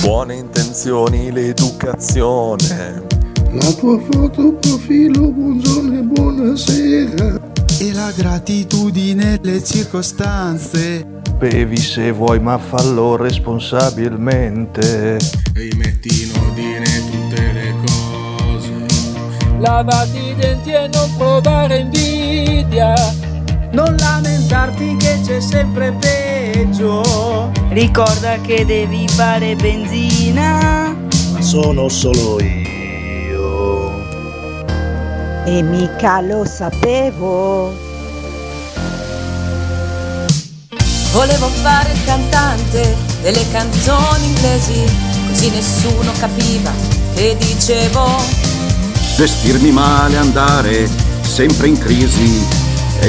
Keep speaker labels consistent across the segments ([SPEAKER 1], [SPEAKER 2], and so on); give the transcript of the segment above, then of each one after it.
[SPEAKER 1] buone intenzioni, l'educazione.
[SPEAKER 2] La tua foto profilo, buongiorno e buonasera.
[SPEAKER 3] E la gratitudine, le circostanze.
[SPEAKER 4] Bevi se vuoi, ma fallo responsabilmente.
[SPEAKER 5] Rimetti in ordine tutte le cose.
[SPEAKER 6] Lavati i denti e non provare invidia.
[SPEAKER 7] Non lamentarti che c'è sempre peggio.
[SPEAKER 8] Ricorda che devi fare benzina.
[SPEAKER 9] Ma sono solo io.
[SPEAKER 10] E mica lo sapevo.
[SPEAKER 11] Volevo fare il cantante delle canzoni inglesi, così nessuno capiva che dicevo.
[SPEAKER 12] Vestirmi male, andare sempre in crisi, e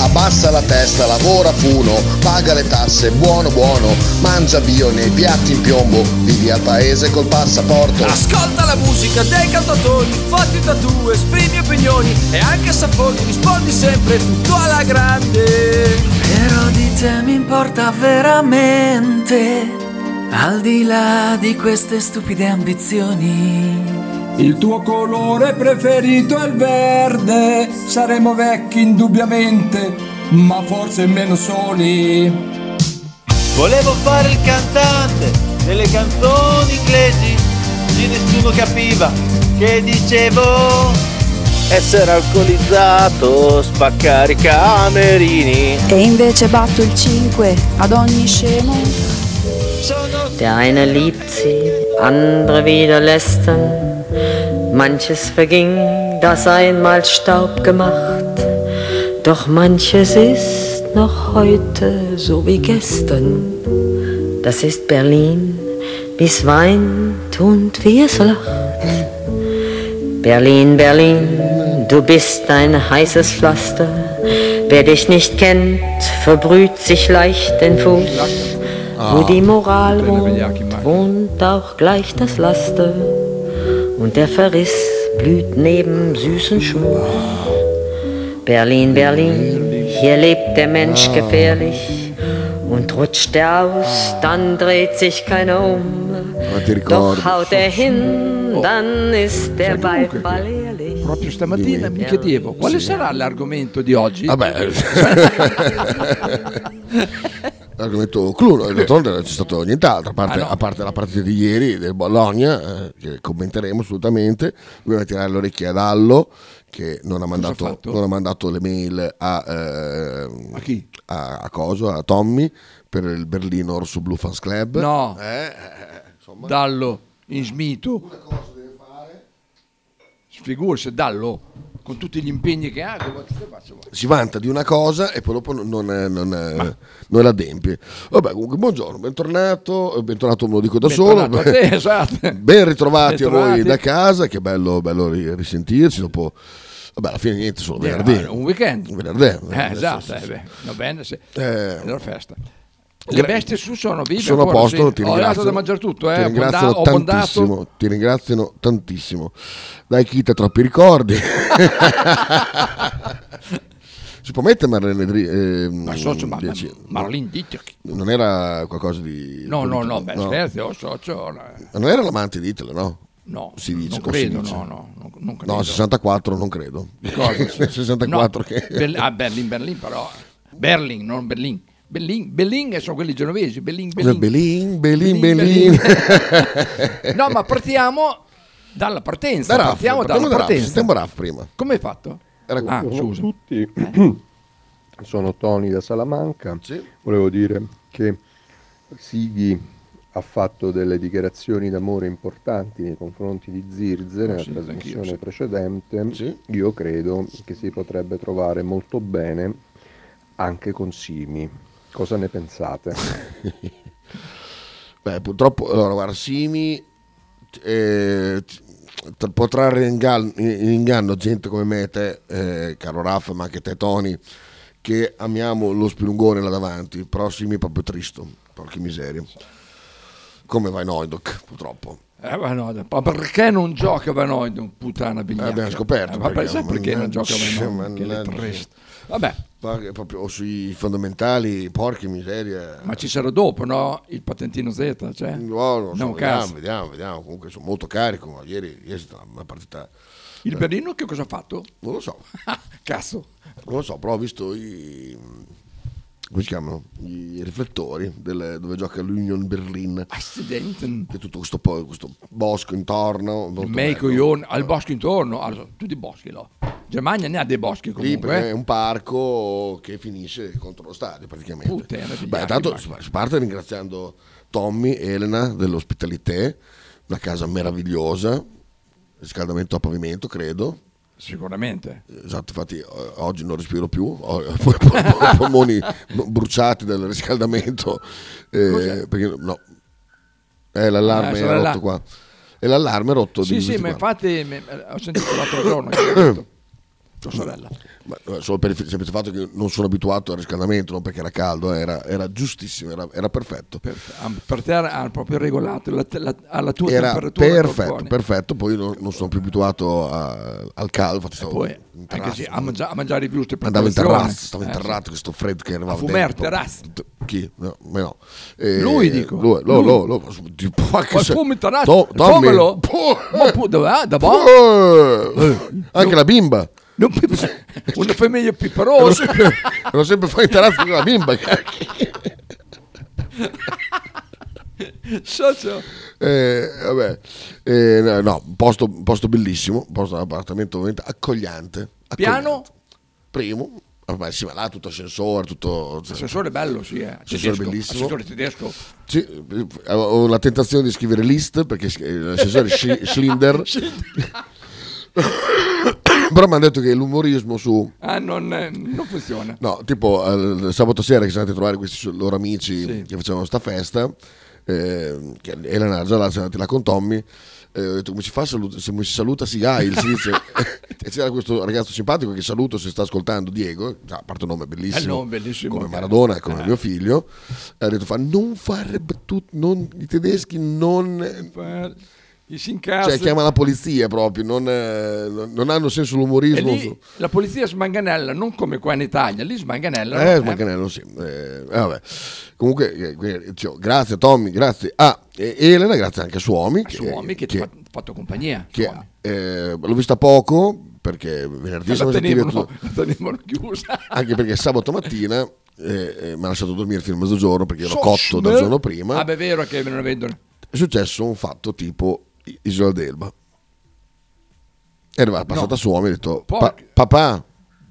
[SPEAKER 6] abbassa la testa, lavora funo, paga le tasse, buono buono, mangia bio nei piatti in piombo, vivi al paese col passaporto.
[SPEAKER 13] Ascolta la musica dei cantatori, fatti da tu, esprimi opinioni e anche se fogli rispondi sempre tutto alla grande.
[SPEAKER 11] Però di te mi importa veramente, al di là di queste stupide ambizioni.
[SPEAKER 3] Il tuo colore preferito è il verde, saremo vecchi indubbiamente, ma forse meno soli.
[SPEAKER 14] Volevo fare il cantante delle canzoni inglesi, così nessuno capiva che dicevo.
[SPEAKER 15] Essere alcolizzato, spaccare i camerini.
[SPEAKER 16] E invece batto il 5 ad ogni scemo.
[SPEAKER 17] Sono... Der eine liebt sie, andere wieder lästern. Manches verging, das einmal Staub gemacht, doch manches ist noch heute so wie gestern. Das ist Berlin, wie es weint und wie es lacht. Berlin, Berlin, du bist ein heißes Pflaster. Wer dich nicht kennt, verbrüht sich leicht den Fuß. Wo die Moral wohnt, wohnt auch gleich das Laster und der Verriss blüht neben süßen Schuhen. Berlin, Berlin, hier lebt der Mensch gefährlich und rutscht er aus, dann dreht sich keiner um. Doch haut er hin, dann ist der Ball ballerlich.
[SPEAKER 18] proprio stamattina mi chiedevo quale sarà l'argomento di oggi.
[SPEAKER 19] Vabbè. L'argomento clou, d'altronde non c'è stato nient'altro, a parte,
[SPEAKER 18] Ah, no.
[SPEAKER 19] a parte la partita di ieri del Bologna, eh, che commenteremo assolutamente. Dobbiamo tirare l'orecchia ad Allo, che non ha mandato,
[SPEAKER 18] fatto?
[SPEAKER 19] non ha mandato le mail a, eh,
[SPEAKER 18] A chi?
[SPEAKER 19] a, a Coso, a Tommy, per il Berlino Orso Blu Fans Club.
[SPEAKER 18] No.
[SPEAKER 19] Eh, eh, insomma.
[SPEAKER 18] Dallo in smito. Figursi, Dallo con tutti gli impegni che ha. come- che faccio?
[SPEAKER 19] si vanta di una cosa e poi dopo non, eh, non- non- non la adempie. Vabbè, comunque, buongiorno, bentornato, eh, bentornato me lo dico da
[SPEAKER 18] Bentornato
[SPEAKER 19] solo.
[SPEAKER 18] a te, esatto.
[SPEAKER 19] Ben ritrovati a voi
[SPEAKER 18] Bentornati.
[SPEAKER 19] da casa, che bello, bello ri- risentirsi dopo... Vabbè, alla fine niente, solo
[SPEAKER 18] Eh,
[SPEAKER 19] venerdì.
[SPEAKER 18] Un weekend.
[SPEAKER 19] Un venerdì.
[SPEAKER 18] Eh, esatto,
[SPEAKER 19] Sì, sì,
[SPEAKER 18] eh,
[SPEAKER 19] sì.
[SPEAKER 18] beh, va bene, sì.
[SPEAKER 19] Eh.
[SPEAKER 18] Allora festa. Le bestie su sono vive.
[SPEAKER 19] Sono a
[SPEAKER 18] ancora,
[SPEAKER 19] posto,
[SPEAKER 18] sì.
[SPEAKER 19] ti
[SPEAKER 18] Ho dato
[SPEAKER 19] ringrazio.
[SPEAKER 18] da mangiare tutto, eh.
[SPEAKER 19] Ti
[SPEAKER 18] ho
[SPEAKER 19] ringraziano
[SPEAKER 18] bonda- ho
[SPEAKER 19] tantissimo.
[SPEAKER 18] bondato.
[SPEAKER 19] Ti ringraziano tantissimo. Dai, Kita, troppi ricordi. si può mettere Marlene Dri- ehm,
[SPEAKER 18] Ma socio, ma, ma-
[SPEAKER 19] Diaci-
[SPEAKER 18] Marlene Dietrich.
[SPEAKER 19] Non era qualcosa di.
[SPEAKER 18] No, no, no, beh,
[SPEAKER 19] no.
[SPEAKER 18] scherzi, oh, socio. no.
[SPEAKER 19] Ma Non era l'amante di Hitler, no?
[SPEAKER 18] No,
[SPEAKER 19] si dice,
[SPEAKER 18] non
[SPEAKER 19] o si
[SPEAKER 18] credo,
[SPEAKER 19] dice.
[SPEAKER 18] no, no, non- non
[SPEAKER 19] No,
[SPEAKER 18] credo.
[SPEAKER 19] 64 non credo.
[SPEAKER 18] Cosa?
[SPEAKER 19] 64
[SPEAKER 18] No,
[SPEAKER 19] che...
[SPEAKER 18] Berl- ah, Berlin, Berlin, però. Berlin, non Berlin. Berlin, Berlin eh, sono quelli genovesi. Berlin, Berlin.
[SPEAKER 19] Belin, Belin,
[SPEAKER 18] Berlin,
[SPEAKER 19] Belin.
[SPEAKER 18] no, ma partiamo dalla partenza.
[SPEAKER 19] Da Raff,
[SPEAKER 18] partiamo
[SPEAKER 19] partiamo
[SPEAKER 18] dalla
[SPEAKER 19] da Raff,
[SPEAKER 18] partenza.
[SPEAKER 19] sentiamo Raff prima.
[SPEAKER 18] Come hai fatto? Ah,
[SPEAKER 4] Buongiorno
[SPEAKER 18] scusa.
[SPEAKER 4] a tutti. Sono Tony da Salamanca. Volevo dire che Sighi ha fatto delle dichiarazioni d'amore importanti nei confronti di Zirze nella Ah, sì, trasmissione anch'io, sì. precedente. Io credo che si potrebbe trovare molto bene anche con Simi. Cosa ne pensate?
[SPEAKER 19] Beh, purtroppo, allora, guarda, Simi eh, t- t- può trarre in inganno, in inganno gente come me e te, eh, caro Raff, ma anche te Tony, che amiamo lo spilungone là davanti, però Simi è proprio tristo, porca miseria. Come vai Noidoc, purtroppo.
[SPEAKER 18] Eh, Van Hooydonk, ma perché non gioca Van Hooydonk, puttana bignacca?
[SPEAKER 19] abbiamo scoperto
[SPEAKER 18] Eh, ma
[SPEAKER 19] perché.
[SPEAKER 18] sai perché non gioca
[SPEAKER 19] Mannaggia,
[SPEAKER 18] Van Hooydonk? Che le
[SPEAKER 19] mannaggia.
[SPEAKER 18] triste. Vabbè.
[SPEAKER 19] Poi, Proprio o sui fondamentali, porca miseria.
[SPEAKER 18] Ma ci sarà dopo, no? Il patentino Z, cioè?
[SPEAKER 19] No, non so,
[SPEAKER 18] Non
[SPEAKER 19] vediamo,
[SPEAKER 18] caso.
[SPEAKER 19] vediamo, vediamo. Comunque sono molto carico. ma Ieri, ieri è stata una partita. eh.
[SPEAKER 18] Il Berlino che cosa ha fatto?
[SPEAKER 19] Non lo so.
[SPEAKER 18] Cazzo.
[SPEAKER 19] Non lo so, però ho visto i. come si chiamano? I riflettori del- dove gioca l'Union Berlin.
[SPEAKER 18] Accidenten.
[SPEAKER 19] C'è tutto questo, po- questo bosco intorno. molto
[SPEAKER 18] Meico
[SPEAKER 19] bello.
[SPEAKER 18] Ione, al bosco intorno, allora, tutti i boschi, no? Germania ne ha dei boschi
[SPEAKER 19] Lì
[SPEAKER 18] comunque. eh.
[SPEAKER 19] perché è un parco che finisce contro lo stadio praticamente.
[SPEAKER 18] Puttana,
[SPEAKER 19] Beh,
[SPEAKER 18] bignacca,
[SPEAKER 19] intanto
[SPEAKER 18] ma-
[SPEAKER 19] si si parte ringraziando Tommy e Elena dell'ospitalità, una casa meravigliosa, riscaldamento a pavimento credo.
[SPEAKER 18] Sicuramente.
[SPEAKER 19] Esatto, infatti eh, oggi non respiro più, ho ho- ho i polmoni bruciati dal riscaldamento. eh, perché no, eh, l'allarme
[SPEAKER 18] Ah,
[SPEAKER 19] è
[SPEAKER 18] sarà là.
[SPEAKER 19] rotto qua. E l'allarme è rotto
[SPEAKER 18] Sì,
[SPEAKER 19] di
[SPEAKER 18] sì, ma
[SPEAKER 19] 24.
[SPEAKER 18] infatti me- ho sentito l'altro giorno che ho detto, tua sorella.
[SPEAKER 19] Ma, eh, solo per il fi- semplice fatto che non sono abituato al riscaldamento, non perché era caldo, eh, era, era giustissimo, era, era perfetto.
[SPEAKER 18] Ah, Per te ha proprio regolato la, la- alla tua
[SPEAKER 19] Era
[SPEAKER 18] temperatura.
[SPEAKER 19] perfetto,
[SPEAKER 18] Torquone.
[SPEAKER 19] perfetto, poi non, non sono più abituato a- al caldo, infatti stavo
[SPEAKER 18] Poi,
[SPEAKER 19] in
[SPEAKER 18] anche
[SPEAKER 19] terrazza,
[SPEAKER 18] sì, a, mangia- a mangiare più ste
[SPEAKER 19] andavo in
[SPEAKER 18] preparazioni.
[SPEAKER 19] terrazzo, stavo in
[SPEAKER 18] Eh,
[SPEAKER 19] terrazzo,
[SPEAKER 18] sì.
[SPEAKER 19] questo freddo che arrivava
[SPEAKER 18] A fumare,
[SPEAKER 19] dentro.
[SPEAKER 18] terrazzo.
[SPEAKER 19] Chi? No, ma no.
[SPEAKER 18] Lui, dico.
[SPEAKER 19] Lui, lo,
[SPEAKER 18] Lui.
[SPEAKER 19] lo, lo, tipo, anche
[SPEAKER 18] Ma
[SPEAKER 19] se-
[SPEAKER 18] fumi in terrazzo?
[SPEAKER 19] To- Tommy.
[SPEAKER 18] Fumelo. Ma pu- dov'è? Da boh?
[SPEAKER 19] Eh, Anche la bimba.
[SPEAKER 18] Una famiglia piperosa.
[SPEAKER 19] Ero sempre fuori in terrazzo con la bimba.
[SPEAKER 18] Ecco. Socio.
[SPEAKER 19] Eh, vabbè, eh, no, no, un posto, un posto bellissimo, un posto, un appartamento veramente accogliante. accogliente.
[SPEAKER 18] Piano?
[SPEAKER 19] Primo, vabbè, sì, ma là tutto ascensore, tutto...
[SPEAKER 18] Assessore bello, sì, eh.
[SPEAKER 19] Assessore
[SPEAKER 18] Tedesco,
[SPEAKER 19] bellissimo.
[SPEAKER 18] Assessore tedesco.
[SPEAKER 19] Sì, eh, ho la tentazione di scrivere list perché eh, l'assessore Schi- Schlinder... Però mi hanno detto che l'umorismo su...
[SPEAKER 18] Ah, non, eh, non funziona.
[SPEAKER 19] No, tipo al- sabato sera che siamo andati a trovare questi su- loro amici
[SPEAKER 18] Sì.
[SPEAKER 19] che facevano sta festa, eh, che Elena era già là, siamo andati là con Tommy. eh, ho detto, come si fa a salut- se mi si saluta si il si dice e c'era questo ragazzo simpatico che saluto se sta ascoltando Diego già, a parte un nome bellissimo,
[SPEAKER 18] Eh, no, bellissimo,
[SPEAKER 19] come
[SPEAKER 18] eh.
[SPEAKER 19] Maradona come mio figlio e ha detto fa non fare battute non- i tedeschi non
[SPEAKER 18] Per- Chi si incassa.
[SPEAKER 19] cioè chiama la polizia proprio non, eh, non- non hanno senso
[SPEAKER 18] E
[SPEAKER 19] l'umorismo
[SPEAKER 18] lì la polizia smanganella, non come qua in Italia, lì smanganella.
[SPEAKER 19] Eh, Smancanello, sì. Eh, eh, vabbè. Comunque, eh, que- cioè, grazie Tommy, grazie a eh, Elena, grazie anche a Suomi. Che,
[SPEAKER 18] Suomi che ti ha fa- fatto compagnia.
[SPEAKER 19] che, eh, l'ho vista poco perché venerdì
[SPEAKER 18] La
[SPEAKER 19] siamo stati via
[SPEAKER 18] tenevano,
[SPEAKER 19] tutto-
[SPEAKER 18] la tenevano chiusa.
[SPEAKER 19] anche perché sabato mattina eh, eh, mi ha lasciato dormire fino a mezzogiorno perché ero
[SPEAKER 18] So-
[SPEAKER 19] cotto dal giorno prima.
[SPEAKER 18] Ah, beh, è vero che non vedono.
[SPEAKER 19] È successo un fatto tipo I- Isola d'Elba. È arrivata, è passata Suomi e ha detto: "Pa-
[SPEAKER 18] Porca-
[SPEAKER 19] Papà,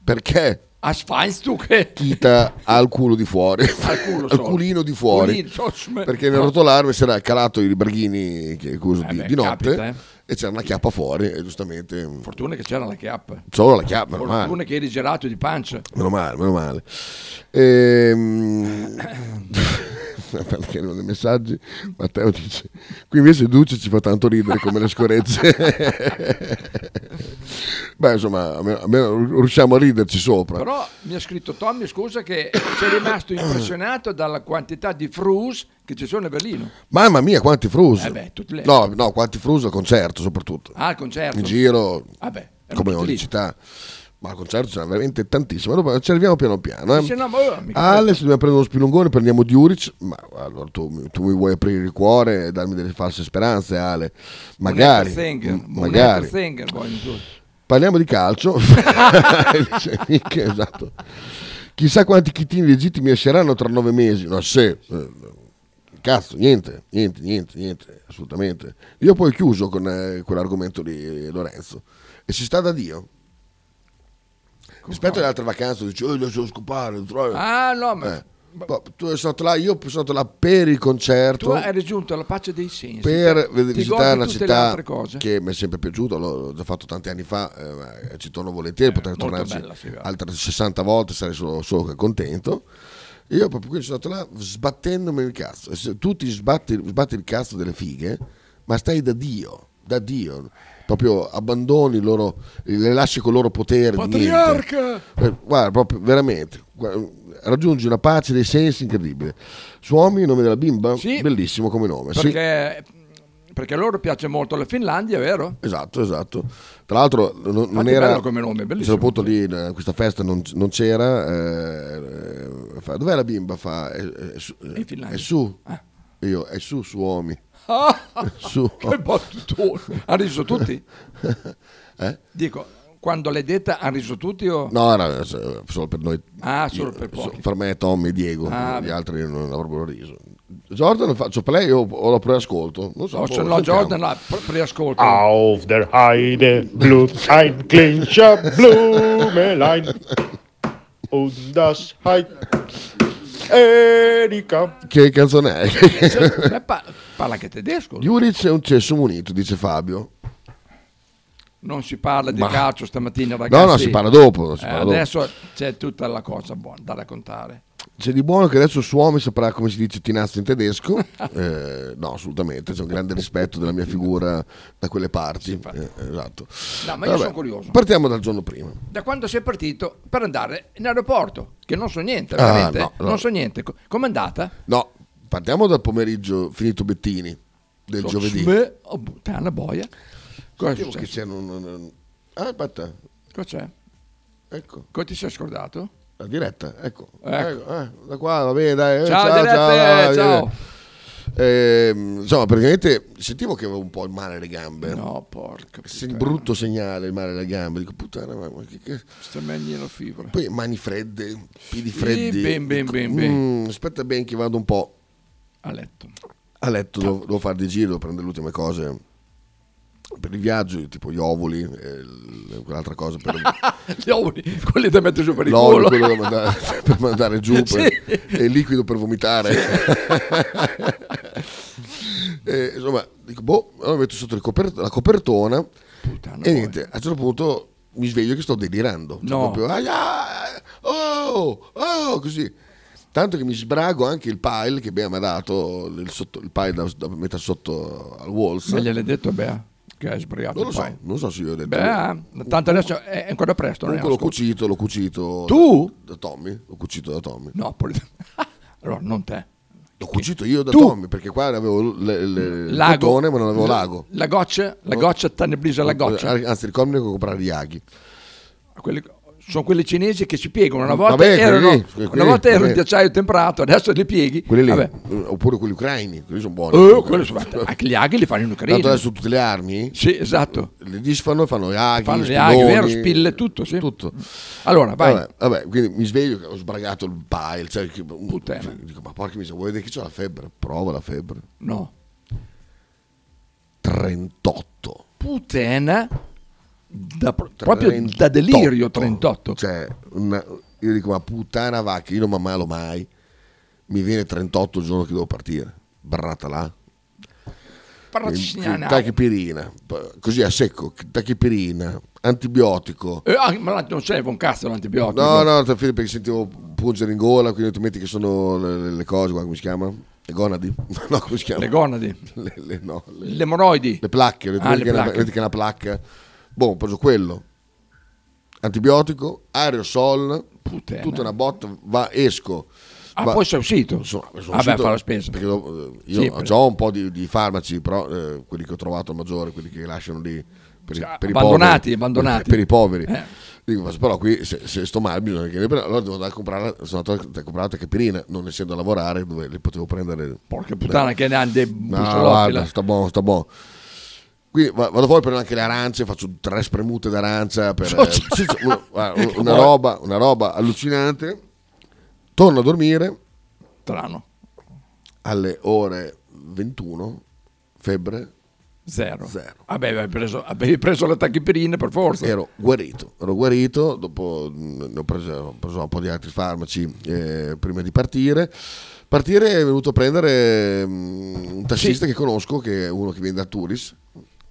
[SPEAKER 19] perché?
[SPEAKER 18] As feinst du che?
[SPEAKER 19] Kita al culo di fuori,
[SPEAKER 18] Al culo
[SPEAKER 19] al
[SPEAKER 18] solo.
[SPEAKER 19] culino di fuori,
[SPEAKER 18] Culino, so- sm-
[SPEAKER 19] perché nel
[SPEAKER 18] no.
[SPEAKER 19] rotolarme si era calato i berghini che che uso di,
[SPEAKER 18] beh,
[SPEAKER 19] di notte
[SPEAKER 18] capita, eh.
[SPEAKER 19] e c'era una chiappa fuori e giustamente mh,
[SPEAKER 18] Fortuna che c'era la chiappa.
[SPEAKER 19] solo la chiappa, meno male,
[SPEAKER 18] Fortuna che eri gelato di pancia.
[SPEAKER 19] meno male, meno male. Ehm, perché arrivano dei messaggi. Matteo dice: Qui invece Duce ci fa tanto ridere come le scorezze. Beh, insomma, almeno- almeno riusciamo a riderci sopra.
[SPEAKER 18] Però mi ha scritto Tommy, scusa, che sei rimasto impressionato dalla quantità di frus che ci sono a Berlino.
[SPEAKER 19] Mamma mia, quanti frusi!
[SPEAKER 18] Eh beh, tutte le-
[SPEAKER 19] No, no, quanti frusi al concerto soprattutto.
[SPEAKER 18] Ah, al concerto.
[SPEAKER 19] In giro,
[SPEAKER 18] Vabbè,
[SPEAKER 19] come ogni città. Ma al concerto c'erano veramente tantissimo. Dopo ci arriviamo piano piano. Eh.
[SPEAKER 18] Dice, no, ma ora mica
[SPEAKER 19] Alex, dobbiamo prendere uno spilungone, prendiamo Diuric. Ma allora tu, mi- tu mi vuoi aprire il cuore e darmi delle false speranze, Ale?
[SPEAKER 18] Un
[SPEAKER 19] Magari.
[SPEAKER 18] Ethan Singer,
[SPEAKER 19] m-
[SPEAKER 18] un
[SPEAKER 19] magari.
[SPEAKER 18] Ethan Singer, voglio dire.
[SPEAKER 19] Parliamo di calcio. Dice Nick, esatto. Chissà quanti chitini legittimi esceranno tra nove mesi. No, se. eh, Cazzo, niente, niente, niente, niente, assolutamente. Io poi ho chiuso con eh, quell'argomento lì, Lorenzo. E si sta da Dio. Rispetto alle altre vacanze, dici, oh, lascio scopare. trovo".
[SPEAKER 18] Ah, no, ma
[SPEAKER 19] Eh. Ma Tu sei stato là, io sono stato là per il concerto
[SPEAKER 18] tu eri giunto alla pace dei sensi.
[SPEAKER 19] per
[SPEAKER 18] Ti godi
[SPEAKER 19] visitare una
[SPEAKER 18] tutte le
[SPEAKER 19] città
[SPEAKER 18] altre cose.
[SPEAKER 19] che mi è sempre piaciuta, l'ho l'ho già fatto tanti anni fa, eh, ma ci torno volentieri, potrei
[SPEAKER 18] Eh, molto
[SPEAKER 19] tornarci
[SPEAKER 18] bella, sì, guarda.
[SPEAKER 19] altre 60 volte, sarei solo, solo che contento. Io proprio qui sono stato là sbattendomi il cazzo. E se tu ti sbatti, sbatti il cazzo delle fighe, ma stai da Dio, da Dio. Proprio abbandoni il loro, le lasci col loro potere. di niente.
[SPEAKER 18] Patriarca!
[SPEAKER 19] Eh, Guarda, proprio veramente. guarda, Raggiungi una pace dei sensi incredibile. Suomi, il nome della bimba?
[SPEAKER 18] Sì.
[SPEAKER 19] Bellissimo come nome. sì.
[SPEAKER 18] Perché, perché a loro piace molto la Finlandia, vero?
[SPEAKER 19] Esatto, esatto. Tra l'altro non- non,
[SPEAKER 18] Infatti è
[SPEAKER 19] era...
[SPEAKER 18] bello come nome,
[SPEAKER 19] a un
[SPEAKER 18] bellissimo.
[SPEAKER 19] certo punto lì eh, questa festa non, non c'era. eh, eh, fa, Dov'è la bimba? Fa, è, è su,
[SPEAKER 18] In Finlandia. Ah.
[SPEAKER 19] è su. Io, è su, Suomi. Su.
[SPEAKER 18] che battutone! Ha riso tutti?
[SPEAKER 19] Eh?
[SPEAKER 18] Dico, quando l'hai detta, ha riso tutti o...
[SPEAKER 19] No, era eh, solo per noi.
[SPEAKER 18] Ah, solo per pochi.
[SPEAKER 19] Per me, Tommy e Diego,
[SPEAKER 18] Ah,
[SPEAKER 19] gli
[SPEAKER 18] beh.
[SPEAKER 19] altri non avrebbero riso. Jordan, faccio play o, o lo preascolto? Non so.
[SPEAKER 18] No,
[SPEAKER 19] boh,
[SPEAKER 18] se no,
[SPEAKER 19] sentiamo.
[SPEAKER 18] Jordan, la preascolto.
[SPEAKER 7] Auf der Heide blüht ein kleiner Blumelein und das heißt Erika.
[SPEAKER 19] Che canzone è?
[SPEAKER 18] Beh, pa- parla anche tedesco.
[SPEAKER 19] Juric è un cesso munito, dice Fabio.
[SPEAKER 18] Non si parla di
[SPEAKER 19] Ma-
[SPEAKER 18] calcio stamattina, ragazzi.
[SPEAKER 19] no, si parla dopo, si
[SPEAKER 18] Ah, Eh,
[SPEAKER 19] parla dopo.
[SPEAKER 18] Adesso c'è tutta la cosa buona da raccontare.
[SPEAKER 19] C'è di buono che adesso Suomi saprà come si dice tinazzo in tedesco. Eh, no, assolutamente, c'è un grande rispetto della mia figura da quelle parti. Eh, esatto.
[SPEAKER 18] No, ma io sono curioso.
[SPEAKER 19] Partiamo dal giorno prima.
[SPEAKER 18] Da quando sei partito per andare in aeroporto, che non so niente,
[SPEAKER 19] Ah,
[SPEAKER 18] veramente.
[SPEAKER 19] no, no.
[SPEAKER 18] Non so niente. Co- Com'è andata?
[SPEAKER 19] No, partiamo dal pomeriggio finito Bettini del
[SPEAKER 18] So-
[SPEAKER 19] giovedì.
[SPEAKER 18] Beh, oh, puttana boia. Cosa è
[SPEAKER 19] Sentivo
[SPEAKER 18] successo?
[SPEAKER 19] che c'era un- un- un- Ah, aspetta,
[SPEAKER 18] Cosa c'è?
[SPEAKER 19] Ecco.
[SPEAKER 18] Cosa ti sei scordato?
[SPEAKER 19] la diretta, ecco.
[SPEAKER 18] Ecco.
[SPEAKER 19] Eh, eh, da qua, va bene, dai. eh,
[SPEAKER 18] Ciao,
[SPEAKER 19] ciao,
[SPEAKER 18] dirette,
[SPEAKER 19] ciao, dai,
[SPEAKER 18] ciao.
[SPEAKER 19] Ehm, insomma, praticamente sentivo che avevo un po' il male alle gambe.
[SPEAKER 18] No, porca.
[SPEAKER 19] Se- brutto segnale il male alle gambe. Dico, puttana, ma, ma che, che...
[SPEAKER 18] Sta meglio fibra.
[SPEAKER 19] Poi mani fredde, piedi freddi.
[SPEAKER 18] Sì, ben, ben,
[SPEAKER 19] Dico,
[SPEAKER 18] ben, ben.
[SPEAKER 19] "Mm, aspetta ben che vado un po'
[SPEAKER 18] A letto.
[SPEAKER 19] a letto, devo, devo fare di giro, devo prendere le ultime cose per il viaggio, tipo gli ovuli, e l- quell'altra cosa per...
[SPEAKER 18] Gli uomini, quelli da mettere giù per il
[SPEAKER 19] L'olio
[SPEAKER 18] culo.
[SPEAKER 19] quello da mandare, per mandare giù per-
[SPEAKER 18] Sì.
[SPEAKER 19] e il liquido per vomitare. E, insomma, dico, boh, allora metto sotto il copert- la copertona e niente, a un certo punto mi sveglio che sto delirando. Cioè,
[SPEAKER 18] No.
[SPEAKER 19] proprio, "Ai, ah, oh, oh", così. Tanto che mi sbrago anche il pile che Bea mi ha dato, il, sotto, il pile da, da mettere sotto al Walls.
[SPEAKER 18] Ma gliel'hai detto a Bea che hai sbrigato
[SPEAKER 19] Non lo
[SPEAKER 18] il
[SPEAKER 19] so,
[SPEAKER 18] pile?
[SPEAKER 19] non so se io ho detto.
[SPEAKER 18] Beh, tanto adesso è ancora presto. non è
[SPEAKER 19] Comunque l'ho
[SPEAKER 18] ascolto.
[SPEAKER 19] cucito, l'ho cucito.
[SPEAKER 18] Tu?
[SPEAKER 19] Da, da Tommy, l'ho cucito da Tommy.
[SPEAKER 18] No, poli- allora non te.
[SPEAKER 19] L'ho cucito io da
[SPEAKER 18] Tu?
[SPEAKER 19] Tommy perché qua avevo l- l- il
[SPEAKER 18] Lago.
[SPEAKER 19] cotone ma non avevo lago. Oh. eh,
[SPEAKER 18] La goccia, la goccia, tanne brisa la goccia.
[SPEAKER 19] Anzi, ricordami che comprare gli aghi.
[SPEAKER 18] Quelli- sono quelli cinesi che si piegano. Una volta
[SPEAKER 19] Vabbè,
[SPEAKER 18] erano,
[SPEAKER 19] eh. quelli lì, quelli
[SPEAKER 18] una
[SPEAKER 19] lì,
[SPEAKER 18] volta erano
[SPEAKER 19] vabbè.
[SPEAKER 18] di acciaio temperato, adesso li pieghi.
[SPEAKER 19] Quelli lì,
[SPEAKER 18] Vabbè.
[SPEAKER 19] eh, oppure quelli ucraini, quelli sono buoni.
[SPEAKER 18] Eh, quelli sono- anche gli aghi li fanno in Ucraina.
[SPEAKER 19] Tanto adesso tutte le armi?
[SPEAKER 18] Sì, esatto.
[SPEAKER 19] Le disfano e fanno gli aghi,
[SPEAKER 18] Fanno
[SPEAKER 19] gli
[SPEAKER 18] gli aghi,
[SPEAKER 19] spilloni.
[SPEAKER 18] vero? Spille, tutto, sì.
[SPEAKER 19] Tutto.
[SPEAKER 18] Allora, vai.
[SPEAKER 19] Vabbè, vabbè, quindi mi sveglio che ho sbragato il pile. Cioè, che- Dico, ma porca miseria, vuoi vedere che c'ho la febbre? Prova la febbre.
[SPEAKER 18] No.
[SPEAKER 19] 38.
[SPEAKER 18] Putena, da- proprio da delirio 38.
[SPEAKER 19] Cioè, una- io dico, ma puttana va, che io non mi ammalo mai. Mi viene 38 il giorno che devo partire. Barrata là.
[SPEAKER 18] Paraciniana.
[SPEAKER 19] Tachipirina. Così a secco. Tachipirina. Antibiotico.
[SPEAKER 18] Eh, ah, ma non serve un cazzo l'antibiotico.
[SPEAKER 19] No, no, te- perché sentivo pungere in gola, quindi ti metti che sono le, le cose, guarda come si chiama? Le gonadi? No, come si chiama?
[SPEAKER 18] Le gonadi.
[SPEAKER 19] Le, le- no, le,
[SPEAKER 18] Gli emoroidi.
[SPEAKER 19] Le placche, vedete,
[SPEAKER 18] Ah, le
[SPEAKER 19] che, è una-
[SPEAKER 18] placche.
[SPEAKER 19] vedete che è una placca. Boh, ho preso quello. Antibiotico, aerosol, tutta una botta, va, esco.
[SPEAKER 18] Ah,
[SPEAKER 19] Va-
[SPEAKER 18] poi sei uscito.
[SPEAKER 19] Sono, sono
[SPEAKER 18] Vabbè,
[SPEAKER 19] uscito
[SPEAKER 18] fa la spesa.
[SPEAKER 19] Perché dopo, eh, io
[SPEAKER 18] Sì,
[SPEAKER 19] ho
[SPEAKER 18] per-
[SPEAKER 19] già un po' di, di farmaci, però eh, quelli che ho trovato al maggiore, quelli che lasciano lì per, i-
[SPEAKER 18] Cioè,
[SPEAKER 19] per i
[SPEAKER 18] abbandonati,
[SPEAKER 19] poveri.
[SPEAKER 18] abbandonati.
[SPEAKER 19] Per i poveri.
[SPEAKER 18] Eh.
[SPEAKER 19] Dico, "Ma però qui se, se sto male bisogna che... però Allora devo andare a comprare, sono andato a comprare la tachipirina, non essendo a lavorare dove le potevo prendere.
[SPEAKER 18] Porca puttana, che ne hanno dei
[SPEAKER 19] No,
[SPEAKER 18] bussolotti, là.
[SPEAKER 19] guarda, sta buono, sta buono. Qui va- vado fuori, prendo anche le arance, faccio tre spremute
[SPEAKER 18] Cioè,
[SPEAKER 19] d'arancia per... eh, sì, sì, una, guarda, una- una roba, una roba allucinante. Torno a dormire.
[SPEAKER 18] Strano.
[SPEAKER 19] Alle ore 21, febbre.
[SPEAKER 18] Zero.
[SPEAKER 19] Zero.
[SPEAKER 18] Vabbè, avevi preso, avevi preso la tachipirina per forza.
[SPEAKER 19] Ero guarito, ero guarito, dopo mh, ne ho preso, ho preso un po' di altri farmaci eh, prima di partire. Partire è venuto a prendere mh, un tassista che conosco, che è uno che viene da Turis.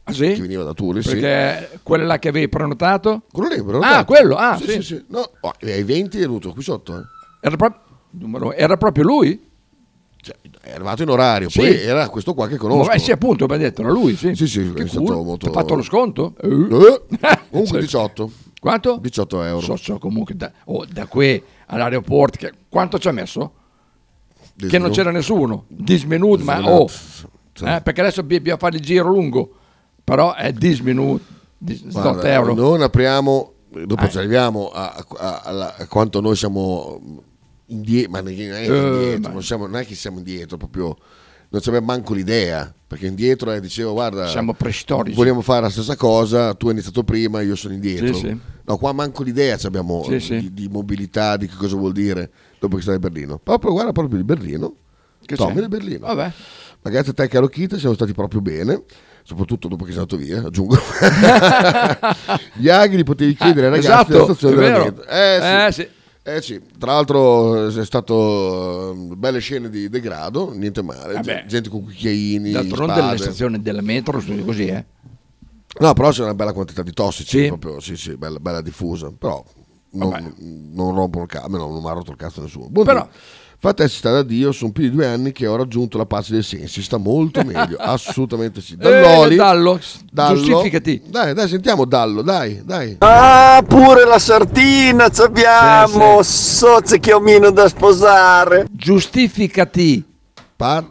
[SPEAKER 18] Ah, sì?
[SPEAKER 19] Che veniva da Turis, sì.
[SPEAKER 18] Perché quella là che avevi prenotato?
[SPEAKER 19] Quello lì, però.
[SPEAKER 18] Ah, quello, ah, sì.
[SPEAKER 19] sì, sì, sì. No, oh, ai 20 è venuto qui sotto. eh.
[SPEAKER 18] Era, proprio, numero- era proprio lui?
[SPEAKER 19] È arrivato in orario,
[SPEAKER 18] Sì.
[SPEAKER 19] poi era questo qua che conosco.
[SPEAKER 18] Vabbè, eh, sì, appunto, mi ha detto, era lui, sì.
[SPEAKER 19] Sì, sì,
[SPEAKER 18] Che
[SPEAKER 19] è
[SPEAKER 18] culo.
[SPEAKER 19] stato molto...
[SPEAKER 18] Ti ha fatto lo sconto? Eh. Cioè,
[SPEAKER 19] Eh, Comunque 18.
[SPEAKER 18] Quanto?
[SPEAKER 19] 18 euro.
[SPEAKER 18] So, so, comunque, da, oh, da qui all'aeroporto, che- quanto ci ha messo? Che non c'era nessuno. 10 minuti, ma oh. Eh, perché adesso bi- bisogna fare il giro lungo, però è 10 minuti, 18
[SPEAKER 19] Guarda,
[SPEAKER 18] euro.
[SPEAKER 19] Non apriamo, dopo
[SPEAKER 18] Eh.
[SPEAKER 19] ci arriviamo a, a- a- alla- a quanto noi siamo indietro, ma neanche- neanche
[SPEAKER 18] Eh,
[SPEAKER 19] indietro,
[SPEAKER 18] ma-
[SPEAKER 19] non, siamo- non è che siamo indietro, proprio non ci abbiamo manco l'idea, perché indietro eh, dicevo guarda,
[SPEAKER 18] Siamo preistorici.
[SPEAKER 19] vogliamo fare la stessa cosa, tu hai iniziato prima, io sono indietro.
[SPEAKER 18] Sì, sì.
[SPEAKER 19] No, qua manco l'idea ci abbiamo
[SPEAKER 18] Sì,
[SPEAKER 19] eh,
[SPEAKER 18] sì.
[SPEAKER 19] Di, di mobilità, di che cosa vuol dire dopo che stai a Berlino. Proprio guarda proprio di Berlino.
[SPEAKER 18] Che Ah,
[SPEAKER 19] Tommy
[SPEAKER 18] c'è?
[SPEAKER 19] di Berlino.
[SPEAKER 18] Vabbè.
[SPEAKER 19] Ma grazie a te caro Kit siamo stati proprio bene, soprattutto dopo che sei andato via, aggiungo. Gli agri potevi chiedere ai ragazzi
[SPEAKER 18] esatto,
[SPEAKER 19] della stazione
[SPEAKER 18] è
[SPEAKER 19] della
[SPEAKER 18] vero.
[SPEAKER 19] metro. Eh,
[SPEAKER 18] Eh,
[SPEAKER 19] sì.
[SPEAKER 18] sì.
[SPEAKER 19] Eh, sì. Tra l'altro eh, è stato eh, belle scene di degrado, niente male,
[SPEAKER 18] Vabbè.
[SPEAKER 19] gente con cucchiaini,
[SPEAKER 18] Eh D'altronde
[SPEAKER 19] spade.
[SPEAKER 18] le stazioni della metro sono così, eh.
[SPEAKER 19] No, però c'è una bella quantità di tossici, proprio, sì, sì, bella, bella diffusa, però non, non rompono il cazzo, almeno non mi ha rotto il cazzo nessuno. Però... Fate sta da Dio, sono più di due anni che ho raggiunto la pace dei sensi, sta molto meglio, assolutamente sì. Dall'Oli,
[SPEAKER 18] Eh, Dallo,
[SPEAKER 19] Dallo.
[SPEAKER 18] giustificati.
[SPEAKER 19] Dai, dai, sentiamo Dallo, dai, dai.
[SPEAKER 10] Ah, pure la sartina ci abbiamo! Sozze chiomino da sposare!
[SPEAKER 18] Giustificati.
[SPEAKER 19] Par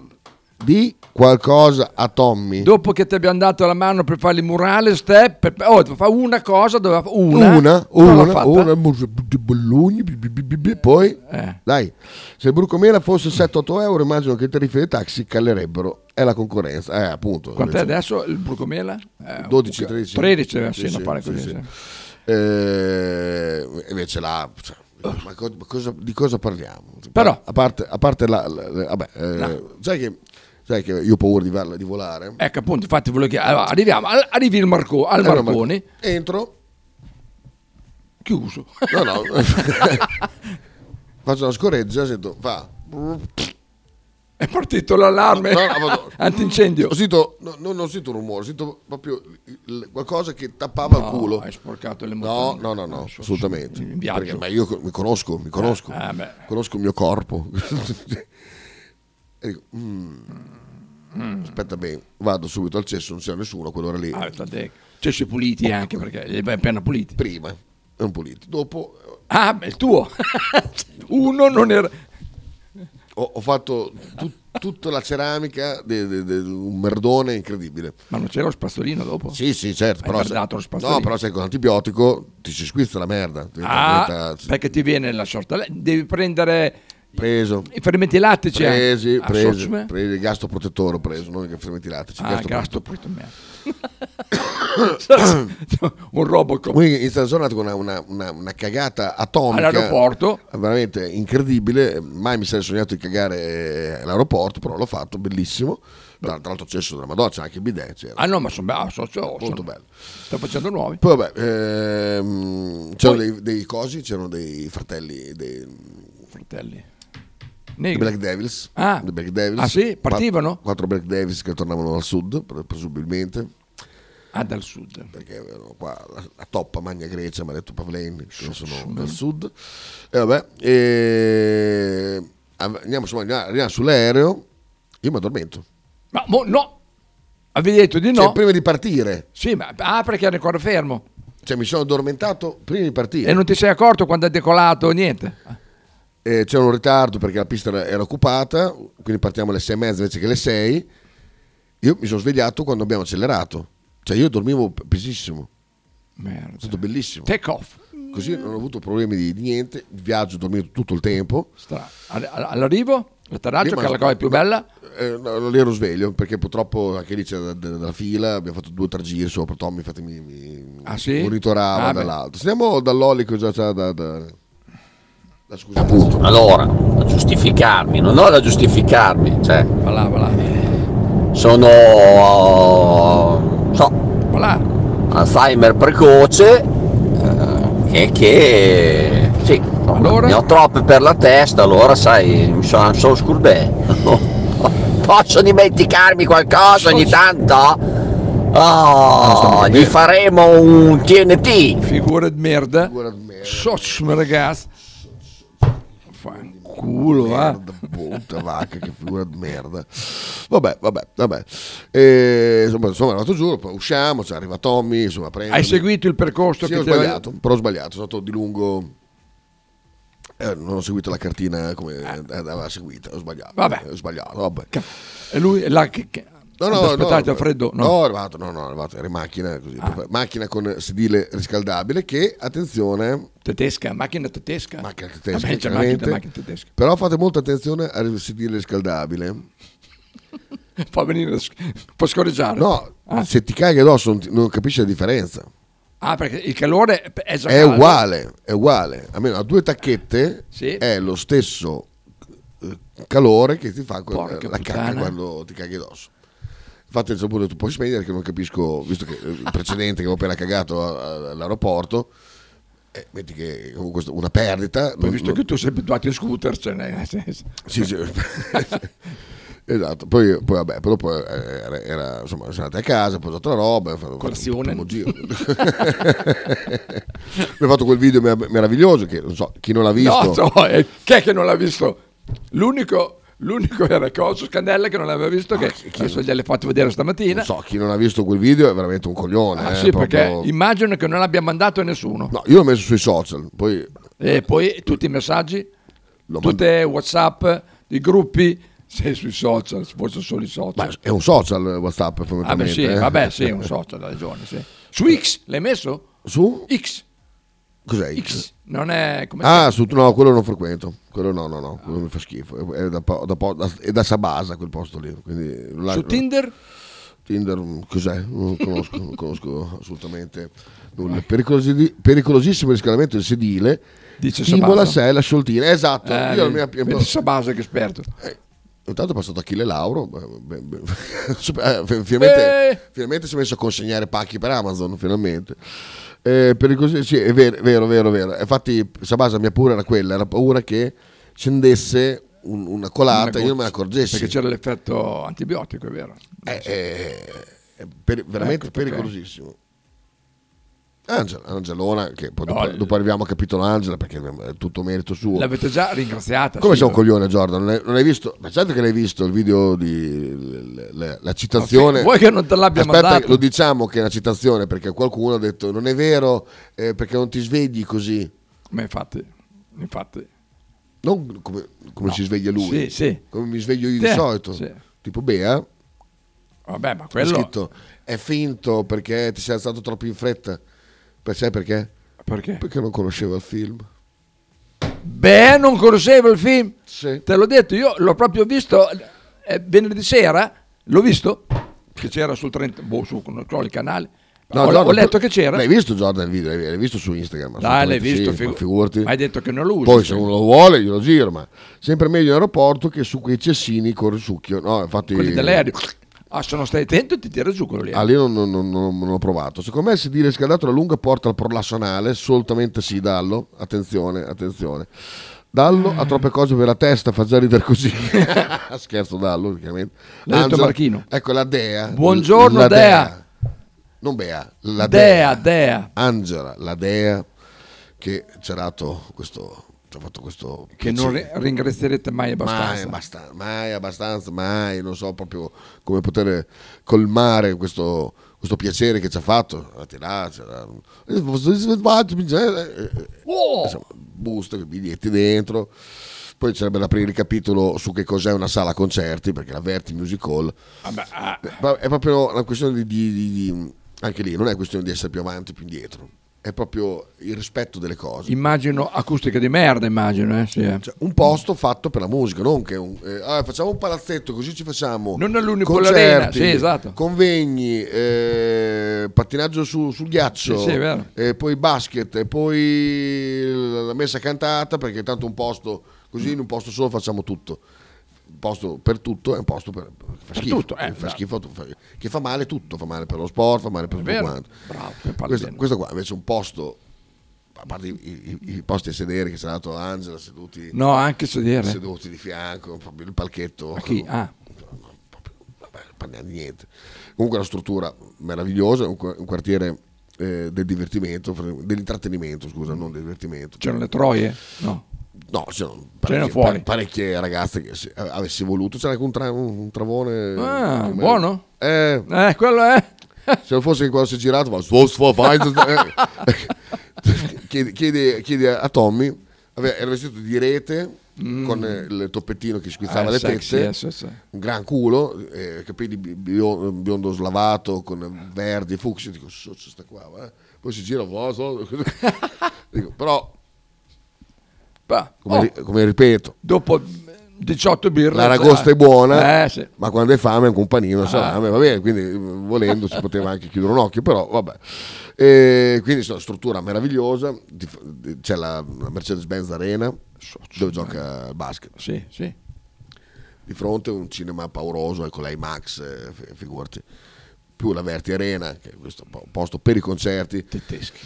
[SPEAKER 19] di qualcosa a Tommy.
[SPEAKER 18] Dopo che ti abbiamo dato la mano per fare il murale, step, per, oh, fa una cosa, doveva fa- una,
[SPEAKER 19] una,
[SPEAKER 18] non l'ha
[SPEAKER 19] una,
[SPEAKER 18] fatta.
[SPEAKER 19] una, mus- di Bologna, bi- bi- bi- bi- bi- poi
[SPEAKER 18] Eh.
[SPEAKER 19] dai, se il Brucomela fosse 7-8 euro immagino che i tariffi dei taxi callerebbero, è la concorrenza, eh appunto.
[SPEAKER 18] Quant'è
[SPEAKER 19] Invece-
[SPEAKER 18] adesso il brucomela? Eh,
[SPEAKER 19] 12,
[SPEAKER 18] ok,
[SPEAKER 19] 13.
[SPEAKER 18] 13, eh, sì,
[SPEAKER 19] Sì,
[SPEAKER 18] non pare
[SPEAKER 19] sì,
[SPEAKER 18] così.
[SPEAKER 19] sì.
[SPEAKER 18] sì.
[SPEAKER 19] Eh, invece là, cioè, ma co- ma cosa- di cosa parliamo?
[SPEAKER 18] Però-
[SPEAKER 19] a parte, a parte la, la- la- vabbè, eh,
[SPEAKER 18] No.
[SPEAKER 19] sai, che, sai che io ho paura di, val- di volare?
[SPEAKER 18] Ecco appunto, infatti volevo chiedere, allora, arriviamo, al- arrivi il Marco, al
[SPEAKER 19] Allora,
[SPEAKER 18] Marconi,
[SPEAKER 19] Entro.
[SPEAKER 18] Chiuso.
[SPEAKER 19] No, no. Faccio una scoreggia, sento, fa.
[SPEAKER 18] È partito l'allarme antincendio.
[SPEAKER 19] Ho sentito, no, no, non sento un rumore, sento proprio il- il- qualcosa che tappava il culo.
[SPEAKER 18] hai sporcato le
[SPEAKER 19] No,
[SPEAKER 18] montagne.
[SPEAKER 19] no, no, no, assolutamente.
[SPEAKER 18] viaggio.
[SPEAKER 19] Perché, ma io co- mi conosco, mi conosco,
[SPEAKER 18] Ah, beh.
[SPEAKER 19] conosco il mio corpo. E dico, "Mm, Aspetta bene, vado subito al cesso, non c'è nessuno a quell'ora lì.
[SPEAKER 18] Mm. Ah, sta de- cioè si puliti anche perché li abbiamo appena puliti.
[SPEAKER 19] Prima, non puliti. Dopo...
[SPEAKER 18] Ah, beh, il tuo. Uno non era...
[SPEAKER 19] Ho, ho fatto tut- tutta la ceramica, de- de- de- un merdone incredibile.
[SPEAKER 18] Ma non c'era lo spazzolino dopo?
[SPEAKER 19] Sì, sì, certo.
[SPEAKER 18] Hai
[SPEAKER 19] Però se,
[SPEAKER 18] guardato lo spazzolino?
[SPEAKER 19] no, però se con l'antibiotico ti si squizza la merda. diventa-
[SPEAKER 18] Ah,
[SPEAKER 19] diventa-
[SPEAKER 18] perché ti viene la sorta. Devi prendere
[SPEAKER 19] preso.
[SPEAKER 18] i fermenti lattici. anche.
[SPEAKER 19] Presi,
[SPEAKER 18] Ah,
[SPEAKER 19] presi,
[SPEAKER 18] socio, eh?
[SPEAKER 19] presi, il gasto protettore ho preso, non i fermenti lattici.
[SPEAKER 18] Ah, gasto
[SPEAKER 19] un
[SPEAKER 18] robocop.
[SPEAKER 19] Quindi in giornata con una, una- una- una cagata atomica.
[SPEAKER 18] All'aeroporto.
[SPEAKER 19] Veramente incredibile, mai mi sarei sognato di cagare eh, all'aeroporto, però l'ho fatto, bellissimo. Tra, tra l'altro cesso della Madonna, c'è anche il bidet. c'era.
[SPEAKER 18] Ah no, ma sono bello, socio,
[SPEAKER 19] Molto
[SPEAKER 18] sono-
[SPEAKER 19] bello.
[SPEAKER 18] Sto facendo nuovi.
[SPEAKER 19] Poi vabbè, ehm, c'erano
[SPEAKER 18] Poi-
[SPEAKER 19] dei, dei cosi, c'erano dei fratelli, dei,
[SPEAKER 18] Fratelli.
[SPEAKER 19] i
[SPEAKER 18] Negri.
[SPEAKER 19] Black Devils.
[SPEAKER 18] Ah.
[SPEAKER 19] The Black Devils.
[SPEAKER 18] Ah, sì? Partivano?
[SPEAKER 19] Quatt- Quattro Black Devils che tornavano dal sud, pre- presumibilmente.
[SPEAKER 18] Ah, dal sud.
[SPEAKER 19] Perché avevano qua la, la toppa Magna Grecia, mi ha detto Pavlen, che sono dal sud. E vabbè, e... av- andiamo, insomma, andiamo- arriviamo sull'aereo, Io mi addormento.
[SPEAKER 18] Ma mo- no, avevi detto di no.
[SPEAKER 19] Cioè, prima di partire.
[SPEAKER 18] Sì, ma ah, perché ero ancora fermo.
[SPEAKER 19] Cioè, mi sono addormentato prima di partire.
[SPEAKER 18] E non ti sei accorto quando è decolato niente. Ah,
[SPEAKER 19] Eh, c'era un ritardo perché la pista era, era occupata, quindi partiamo alle sei e mezza invece che alle 6. Io mi sono svegliato quando abbiamo accelerato. Cioè, io dormivo pesissimo.
[SPEAKER 18] Merda.
[SPEAKER 19] È stato bellissimo.
[SPEAKER 18] Take off.
[SPEAKER 19] Così non ho avuto problemi di di niente. Il viaggio ho dormito tutto il tempo.
[SPEAKER 18] All- all- All'arrivo, l'atterraggio,
[SPEAKER 19] Io
[SPEAKER 18] che è la
[SPEAKER 19] ma-
[SPEAKER 18] cosa più
[SPEAKER 19] ma-
[SPEAKER 18] bella.
[SPEAKER 19] Eh, no, non ero sveglio perché purtroppo anche lì c'era della fila. Abbiamo fatto due o tre giri sopra. Tommy, infatti, mi, mi
[SPEAKER 18] Ah, sì?
[SPEAKER 19] monitorava
[SPEAKER 18] Ah, beh.
[SPEAKER 19] dall'alto. Andiamo dall'olico già c'ha da. da...
[SPEAKER 9] Appunto, allora, a giustificarmi, non ho da giustificarmi, cioè, sono, non so, Alzheimer precoce eh, e che, sì, no, ne ho troppe per la testa, allora sai, mi sono solo scurbè. Posso dimenticarmi qualcosa ogni tanto? Oh, gli faremo un TNT.
[SPEAKER 18] Figura di merda. Soch, ragazzi. Fanculo,
[SPEAKER 19] merda, brutta vacca, che figura di merda. Vabbè, vabbè, vabbè. E, insomma, insomma, è andato giù, poi usciamo, cioè, arriva Tommy, insomma, prende.
[SPEAKER 18] Hai seguito il percorso
[SPEAKER 19] Sì,
[SPEAKER 18] che
[SPEAKER 19] ho
[SPEAKER 18] ti aveva-
[SPEAKER 19] sbagliato, però ho sbagliato, sono stato di lungo... eh, non ho seguito la cartina come eh, andava seguita, ho sbagliato.
[SPEAKER 18] Vabbè.
[SPEAKER 19] Ho sbagliato, vabbè.
[SPEAKER 18] E lui là che, che...
[SPEAKER 19] No, no,
[SPEAKER 18] Ti aspettate
[SPEAKER 19] no,
[SPEAKER 18] a freddo? No. Ah.
[SPEAKER 19] no, è arrivato, no, no, è arrivato, era in macchina, così, per- macchina con sedile riscaldabile che, attenzione,
[SPEAKER 18] Tedesca, macchina tedesca.
[SPEAKER 19] Macchina tedesca,
[SPEAKER 18] Vabbè, c'è
[SPEAKER 19] chiaramente.
[SPEAKER 18] macchina, macchina tedesca.
[SPEAKER 19] però fate molta attenzione al sedile riscaldabile.
[SPEAKER 18] Ah. Fa venire, può scorreggiare.
[SPEAKER 19] No,
[SPEAKER 18] Ah,
[SPEAKER 19] se ti caghi addosso non, ti- non capisci la differenza.
[SPEAKER 18] Ah, perché il calore è già
[SPEAKER 19] È
[SPEAKER 18] caldo.
[SPEAKER 19] uguale, è uguale. Almeno a due tacchette
[SPEAKER 18] Sì.
[SPEAKER 19] è lo stesso eh, calore che ti fa que-
[SPEAKER 18] Porca
[SPEAKER 19] la cacca
[SPEAKER 18] puttana.
[SPEAKER 19] quando ti caghi addosso. Infatti, insomma, pure tu puoi spegnere che non capisco, visto che eh, il precedente che avevo appena cagato a- a- all'aeroporto, eh, metti che avevo questa- una perdita.
[SPEAKER 18] Poi
[SPEAKER 19] non-
[SPEAKER 18] visto
[SPEAKER 19] non-
[SPEAKER 18] che tu sei abituato in scooter, ce n'è nel senso.
[SPEAKER 19] Sì, sì. Esatto, poi, poi vabbè, però poi eh, era, era, insomma, sono andati a casa, ho posato la roba, ho fatto
[SPEAKER 18] Colazione.
[SPEAKER 19] il primo giro. Abbiamo fatto quel video mer- meraviglioso che non so, chi non l'ha visto.
[SPEAKER 18] No, so, eh, chi è che non l'ha visto? L'unico, l'unico era Coso Scandella che non l'aveva
[SPEAKER 19] Ah,
[SPEAKER 18] visto, che adesso gliel'hai fatto vedere stamattina.
[SPEAKER 19] non so, chi non ha visto quel video è veramente un coglione.
[SPEAKER 18] Ah,
[SPEAKER 19] eh,
[SPEAKER 18] sì, perché
[SPEAKER 19] proprio-
[SPEAKER 18] immagino che non l'abbia mandato a nessuno.
[SPEAKER 19] No, io l'ho messo sui social, poi
[SPEAKER 18] E poi tutti i messaggi,
[SPEAKER 19] Lo
[SPEAKER 18] tutte WhatsApp, i gruppi, sei sui social, forse solo i social.
[SPEAKER 19] è un social WhatsApp
[SPEAKER 18] Ah, beh,
[SPEAKER 19] fondamentalmente.
[SPEAKER 18] sì,
[SPEAKER 19] eh.
[SPEAKER 18] vabbè, sì, è un social, ha ragione. sì. Su X l'hai messo?
[SPEAKER 19] Su?
[SPEAKER 18] X,
[SPEAKER 19] Cos'è?
[SPEAKER 18] X, non è come
[SPEAKER 19] Ah, su, no, quello non frequento. Quello no, no, no, quello mi fa schifo. È da, po- da po- da- è da Sabasa quel posto lì. Quindi,
[SPEAKER 18] si- su Tinder?
[SPEAKER 19] Tinder mm, cos'è? Non conosco, non conosco assolutamente nulla. Pericolosi- pericolosissimo il riscaldamento del sedile.
[SPEAKER 18] Dice
[SPEAKER 19] stimola
[SPEAKER 18] Sabasa.
[SPEAKER 19] sé la scioltina. Esatto.
[SPEAKER 18] Eh,
[SPEAKER 19] Io la
[SPEAKER 18] vedi-
[SPEAKER 19] mia,
[SPEAKER 18] vedi Sabasa che esperto.
[SPEAKER 19] Intanto è passato Achille Lauro. beh, beh, beh, super- eh, finalmente,
[SPEAKER 18] Eh.
[SPEAKER 19] finalmente si è messo a consegnare pacchi per Amazon. Finalmente. Eh, pericolosi- sì, è vero, è vero, è vero, è vero. Infatti, Sabasa mia paura era quella: era paura che scendesse un- una colata e Ah, io non me ne accorgessi.
[SPEAKER 18] Perché c'era l'effetto antibiotico, è vero.
[SPEAKER 19] Eh, eh, eh, per- veramente
[SPEAKER 18] Ecco perché.
[SPEAKER 19] pericolosissimo. Angela, Angelona, che poi dopo,
[SPEAKER 18] No, il-
[SPEAKER 19] dopo arriviamo al capitolo Angela perché è tutto merito suo.
[SPEAKER 18] L'avete già ringraziata.
[SPEAKER 19] Uh. Come
[SPEAKER 18] sì,
[SPEAKER 19] sei un
[SPEAKER 18] eh.
[SPEAKER 19] coglione, Jordan? Non hai, non hai visto? Ma certo che l'hai visto il video di l- l- la citazione.
[SPEAKER 18] Ok, vuoi che non te l'abbia
[SPEAKER 19] Aspetta,
[SPEAKER 18] mandato?
[SPEAKER 19] lo diciamo che è una citazione perché qualcuno ha detto non è vero eh, perché non ti svegli così.
[SPEAKER 18] Ma infatti, infatti.
[SPEAKER 19] Non come, come
[SPEAKER 18] No.
[SPEAKER 19] si sveglia lui,
[SPEAKER 18] Sì, sì.
[SPEAKER 19] come mi sveglio io
[SPEAKER 18] Sì,
[SPEAKER 19] di solito.
[SPEAKER 18] sì.
[SPEAKER 19] Tipo Bea,
[SPEAKER 18] Vabbè, ma
[SPEAKER 19] Quello...
[SPEAKER 18] quello...
[SPEAKER 19] scritto è finto perché ti sei alzato troppo in fretta. Per- sai perché?
[SPEAKER 18] Perché?
[SPEAKER 19] non conosceva il film.
[SPEAKER 18] Beh, non conoscevo il film. Te l'ho detto, io l'ho proprio visto eh, venerdì sera, l'ho visto, che c'era sul 30, boh, su non so, il canale. ho, ho
[SPEAKER 19] Jordan,
[SPEAKER 18] letto
[SPEAKER 19] tu-
[SPEAKER 18] che c'era.
[SPEAKER 19] L'hai visto Jordan il video? L'hai l'hai visto su Instagram?
[SPEAKER 18] Dai, l'hai
[SPEAKER 19] Assolutamente
[SPEAKER 18] visto,
[SPEAKER 19] sì,
[SPEAKER 18] figu-
[SPEAKER 19] ma figurati.
[SPEAKER 18] ma hai detto che non lo usi.
[SPEAKER 19] Poi se uno lo vuole glielo giro, ma sempre meglio in aeroporto che su quei cessini con il succhio. No, infatti...
[SPEAKER 18] Quelli dell'aereo. Ah, se non stai attento ti tira giù quello lì. eh.
[SPEAKER 19] Ah, lì non, non- non- non- non l'ho provato. Secondo me il sedile riscaldato la lunga porta al prolasso anale, assolutamente sì, Dallo. Attenzione, attenzione. Dallo ha troppe cose per la testa, fa già ridere così. Scherzo Dallo, chiaramente.
[SPEAKER 18] L'ha detto
[SPEAKER 19] Angela-
[SPEAKER 18] Marchino.
[SPEAKER 19] Ecco la Dea.
[SPEAKER 18] Buongiorno,
[SPEAKER 19] la
[SPEAKER 18] Dea.
[SPEAKER 19] Non Bea, la
[SPEAKER 18] Dea,
[SPEAKER 19] Dea.
[SPEAKER 18] Dea.
[SPEAKER 19] Angela, la Dea, che c'è dato questo ci ha fatto questo
[SPEAKER 18] Che non ri-
[SPEAKER 19] piacere.
[SPEAKER 18] ringrazierete mai abbastanza.
[SPEAKER 19] Mai abbastanza, mai abbastanza, mai, non so proprio come poter colmare questo, questo piacere che ci ha fatto. Eravate là, c'era- Eh, posso svegliarmi, eh, eh,
[SPEAKER 18] Oh!
[SPEAKER 19] insomma, buste, biglietti dentro. Poi c'è da aprire il capitolo su che cos'è una sala concerti, perché la Verti Music Hall
[SPEAKER 18] ah,
[SPEAKER 19] Eh, ma è proprio una questione di, di- di- di- Anche lì non è questione di essere più avanti o più indietro, è proprio il rispetto delle cose.
[SPEAKER 18] Immagino acustica di merda, immagino. Eh? sì, eh.
[SPEAKER 19] cioè, un posto fatto per la musica, non che un- eh, ah, facciamo un palazzetto così ci facciamo
[SPEAKER 18] Non all'unico l'arena,
[SPEAKER 19] concerti,
[SPEAKER 18] sì, esatto.
[SPEAKER 19] convegni, eh, pattinaggio su- sul ghiaccio,
[SPEAKER 18] Sì, sì, è vero.
[SPEAKER 19] eh, poi basket, e poi la messa cantata perché tanto un posto così in un posto solo facciamo tutto. Un posto per tutto è un posto per, fa schifo,
[SPEAKER 18] tutto, eh,
[SPEAKER 19] fa
[SPEAKER 18] esatto.
[SPEAKER 19] schifo, tu- fa- che fa male tutto, fa male per lo sport, fa male per
[SPEAKER 18] È
[SPEAKER 19] tutto
[SPEAKER 18] vero.
[SPEAKER 19] quanto.
[SPEAKER 18] Bravo, ne parli
[SPEAKER 19] questo,
[SPEAKER 18] bene.
[SPEAKER 19] questo qua invece è un posto a parte i, i- i posti a sedere che sarà dato Angela seduti
[SPEAKER 18] No, anche sedere.
[SPEAKER 19] seduti di fianco proprio il palchetto
[SPEAKER 18] A chi? Ah.
[SPEAKER 19] Vabbè, parliamo di niente comunque la struttura meravigliosa un, qua- un quartiere eh, del divertimento dell'intrattenimento scusa non del divertimento
[SPEAKER 18] C'erano le troie? No.
[SPEAKER 19] No, c'erano
[SPEAKER 18] C'erano
[SPEAKER 19] parecchie,
[SPEAKER 18] Cioè, fuori.
[SPEAKER 19] pa- parecchie ragazze che se eh, avessi voluto c'era anche un, tra- un travone
[SPEAKER 18] Ah,
[SPEAKER 19] come-
[SPEAKER 18] buono?
[SPEAKER 19] eh,
[SPEAKER 18] Eh, quello è.
[SPEAKER 19] se non fosse che quando si è girato va, "Sfo- sfo- fai- eh." chiede, chiede- chiede a Tommy aveva- era vestito di rete
[SPEAKER 18] Mm.
[SPEAKER 19] con eh, il toppettino che squizzava
[SPEAKER 18] Eh,
[SPEAKER 19] le
[SPEAKER 18] sexy,
[SPEAKER 19] tette
[SPEAKER 18] eh, sì, sì.
[SPEAKER 19] un gran culo eh, capelli bi- bio- biondo slavato con verdi e fucsia dico "So, so, sta qua va." poi si gira "Vo- so." Dico, però come,
[SPEAKER 18] oh.
[SPEAKER 19] ri- come ripeto
[SPEAKER 18] Dopo 18 birre.
[SPEAKER 19] l'aragosta
[SPEAKER 18] cioè,
[SPEAKER 19] è buona
[SPEAKER 18] Eh, sì.
[SPEAKER 19] ma quando hai fame anche un panino
[SPEAKER 18] Ah.
[SPEAKER 19] salame va bene quindi eh, volendo si poteva anche chiudere un occhio però vabbè E quindi insomma, struttura meravigliosa di- di- c'è la, la Mercedes-Benz Arena dove gioca il basket
[SPEAKER 18] sì, sì.
[SPEAKER 19] di fronte un cinema pauroso con l'IMAX eh, fi- figurati più la Verti Arena che è questo po- posto per i concerti
[SPEAKER 18] tedeschi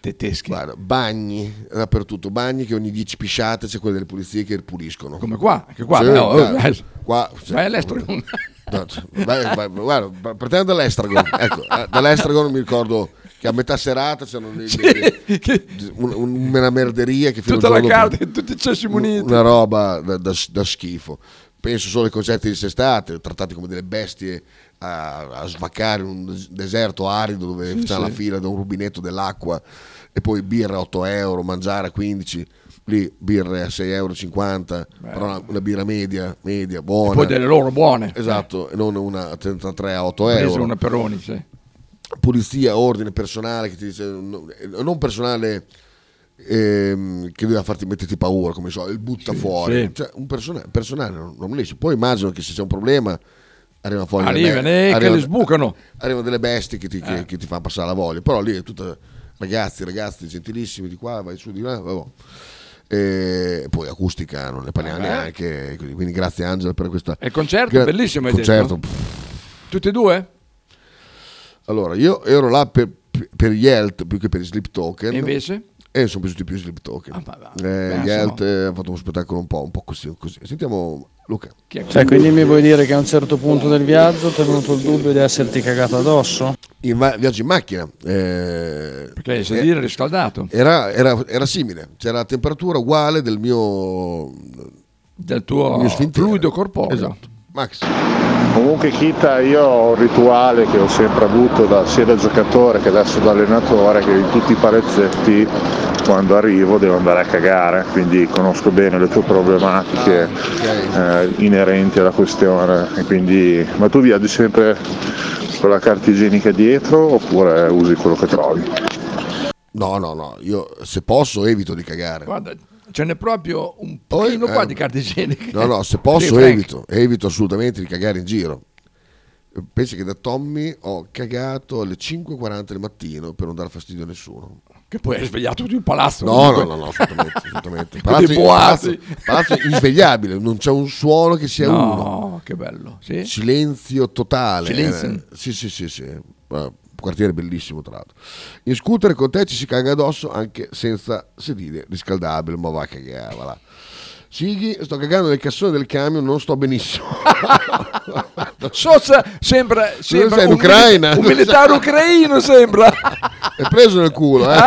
[SPEAKER 18] tedeschi
[SPEAKER 19] bagni dappertutto bagni che ogni 10 pisciate c'è quelle delle pulizie che puliscono
[SPEAKER 18] Come qua, anche qua,
[SPEAKER 19] Sì,
[SPEAKER 18] no, oh,
[SPEAKER 19] dai,
[SPEAKER 18] eh,
[SPEAKER 19] qua
[SPEAKER 18] vai all'estero.
[SPEAKER 19] No, vai- vai- guarda, pa- partiamo dall'Estragon. Ecco, eh, dall'Estragon mi ricordo che a metà serata c'erano dei- dei- un- un- una merderia che fino al
[SPEAKER 18] Tutta la
[SPEAKER 19] giorno
[SPEAKER 18] carta,
[SPEAKER 19] prima-
[SPEAKER 18] tutti i cessi muniti.
[SPEAKER 19] Una roba da, da- da schifo. Penso solo ai concerti di sestate, trattati come delle bestie a, a svaccare in un des- deserto arido dove
[SPEAKER 18] Sì,
[SPEAKER 19] c'è la
[SPEAKER 18] sì.
[SPEAKER 19] fila da un rubinetto dell'acqua e poi birra a 8 euro, mangiare a 15, lì birre a 6,50 euro, però una, una birra media, media, buona.
[SPEAKER 18] E poi delle loro buone.
[SPEAKER 19] Esatto, eh, e non una a 33 a 8
[SPEAKER 18] Eh. Preso
[SPEAKER 19] euro.
[SPEAKER 18] una Peroni, sì.
[SPEAKER 19] Pulizia, ordine, personale che ti dice, no- eh, non personale ehm, che deve farti metterti paura, come so, il butta fuori.
[SPEAKER 18] sì.
[SPEAKER 19] Cioè, un personale, personale non, non riesce. Poi immagino che se c'è un problema arriva fuori delle
[SPEAKER 18] Arrivano
[SPEAKER 19] be-
[SPEAKER 18] eh, che
[SPEAKER 19] arrivano-
[SPEAKER 18] le sbucano. Eh.
[SPEAKER 19] arrivano delle bestie che ti, che- che ti fanno passare la voglia. Però lì è tutta ragazzi, ragazzi, gentilissimi di qua, vai su di là. vabbò. E poi acustica non ne parliamo
[SPEAKER 18] Eh.
[SPEAKER 19] neanche. così. Quindi grazie Angela per questa.
[SPEAKER 18] E il concerto? Bellissimo, hai
[SPEAKER 19] Concerto.
[SPEAKER 18] detto. Tutti e due?
[SPEAKER 19] Allora, io ero là per, per Yelt più che per i Sleep Token.
[SPEAKER 18] E invece? Ah,
[SPEAKER 19] E mi sono piaciuti più i Sleep Token. Eh,
[SPEAKER 18] beh,
[SPEAKER 19] Yelt eh, ha fatto uno spettacolo un po', un po' così, così. Sentiamo Luca.
[SPEAKER 20] Cioè, quindi mi vuoi dire che a un certo punto del viaggio ti è venuto il dubbio di esserti cagato addosso?
[SPEAKER 19] In va- viaggio in macchina. eh,
[SPEAKER 18] Perché il
[SPEAKER 19] eh,
[SPEAKER 18] sedile è riscaldato.
[SPEAKER 19] Era, era- era simile, c'era la temperatura uguale del mio,
[SPEAKER 18] Del tuo
[SPEAKER 19] mio sfintere.
[SPEAKER 18] Ah, fluido corporeo.
[SPEAKER 19] Esatto. Max.
[SPEAKER 1] Comunque Kita, io ho un rituale che ho sempre avuto da- sia da giocatore che adesso da allenatore che in tutti i palazzetti quando arrivo devo andare a cagare, quindi conosco bene le tue problematiche eh, inerenti alla questione. e quindi- Ma tu viaggi sempre con la carta igienica dietro oppure usi quello che trovi?
[SPEAKER 19] No, no, no, io se posso evito di cagare.
[SPEAKER 18] Guarda, ce n'è proprio un pochino qua di carte igieniche.
[SPEAKER 19] eh, No, no, se
[SPEAKER 18] Sì,
[SPEAKER 19] posso
[SPEAKER 18] Frank.
[SPEAKER 19] evito, evito assolutamente di cagare in giro. Pensi che da Tommy ho cagato alle 5.40 del mattino per non dare fastidio a nessuno.
[SPEAKER 18] Che poi hai svegliato tutto il palazzo.
[SPEAKER 19] No, no, no, no, assolutamente. assolutamente. Palazzo,
[SPEAKER 18] Palazzo,
[SPEAKER 19] palazzo, palazzo insvegliabile, non c'è un suono che sia
[SPEAKER 18] No,
[SPEAKER 19] uno.
[SPEAKER 18] che bello, sì.
[SPEAKER 19] Silenzio totale.
[SPEAKER 18] Silenzio.
[SPEAKER 19] Eh, sì, sì, sì, sì. Eh, quartiere bellissimo, tra l'altro. In scooter con te ci si caga addosso anche senza sedile riscaldabile, ma va che voilà. Sighi, sto cagando nel cassone del camion, non sto benissimo.
[SPEAKER 18] Sosa sembra, sembra
[SPEAKER 19] sei in
[SPEAKER 18] un,
[SPEAKER 19] Ucraina?
[SPEAKER 18] milita- un militare ucraino sembra.
[SPEAKER 19] È preso nel culo, eh.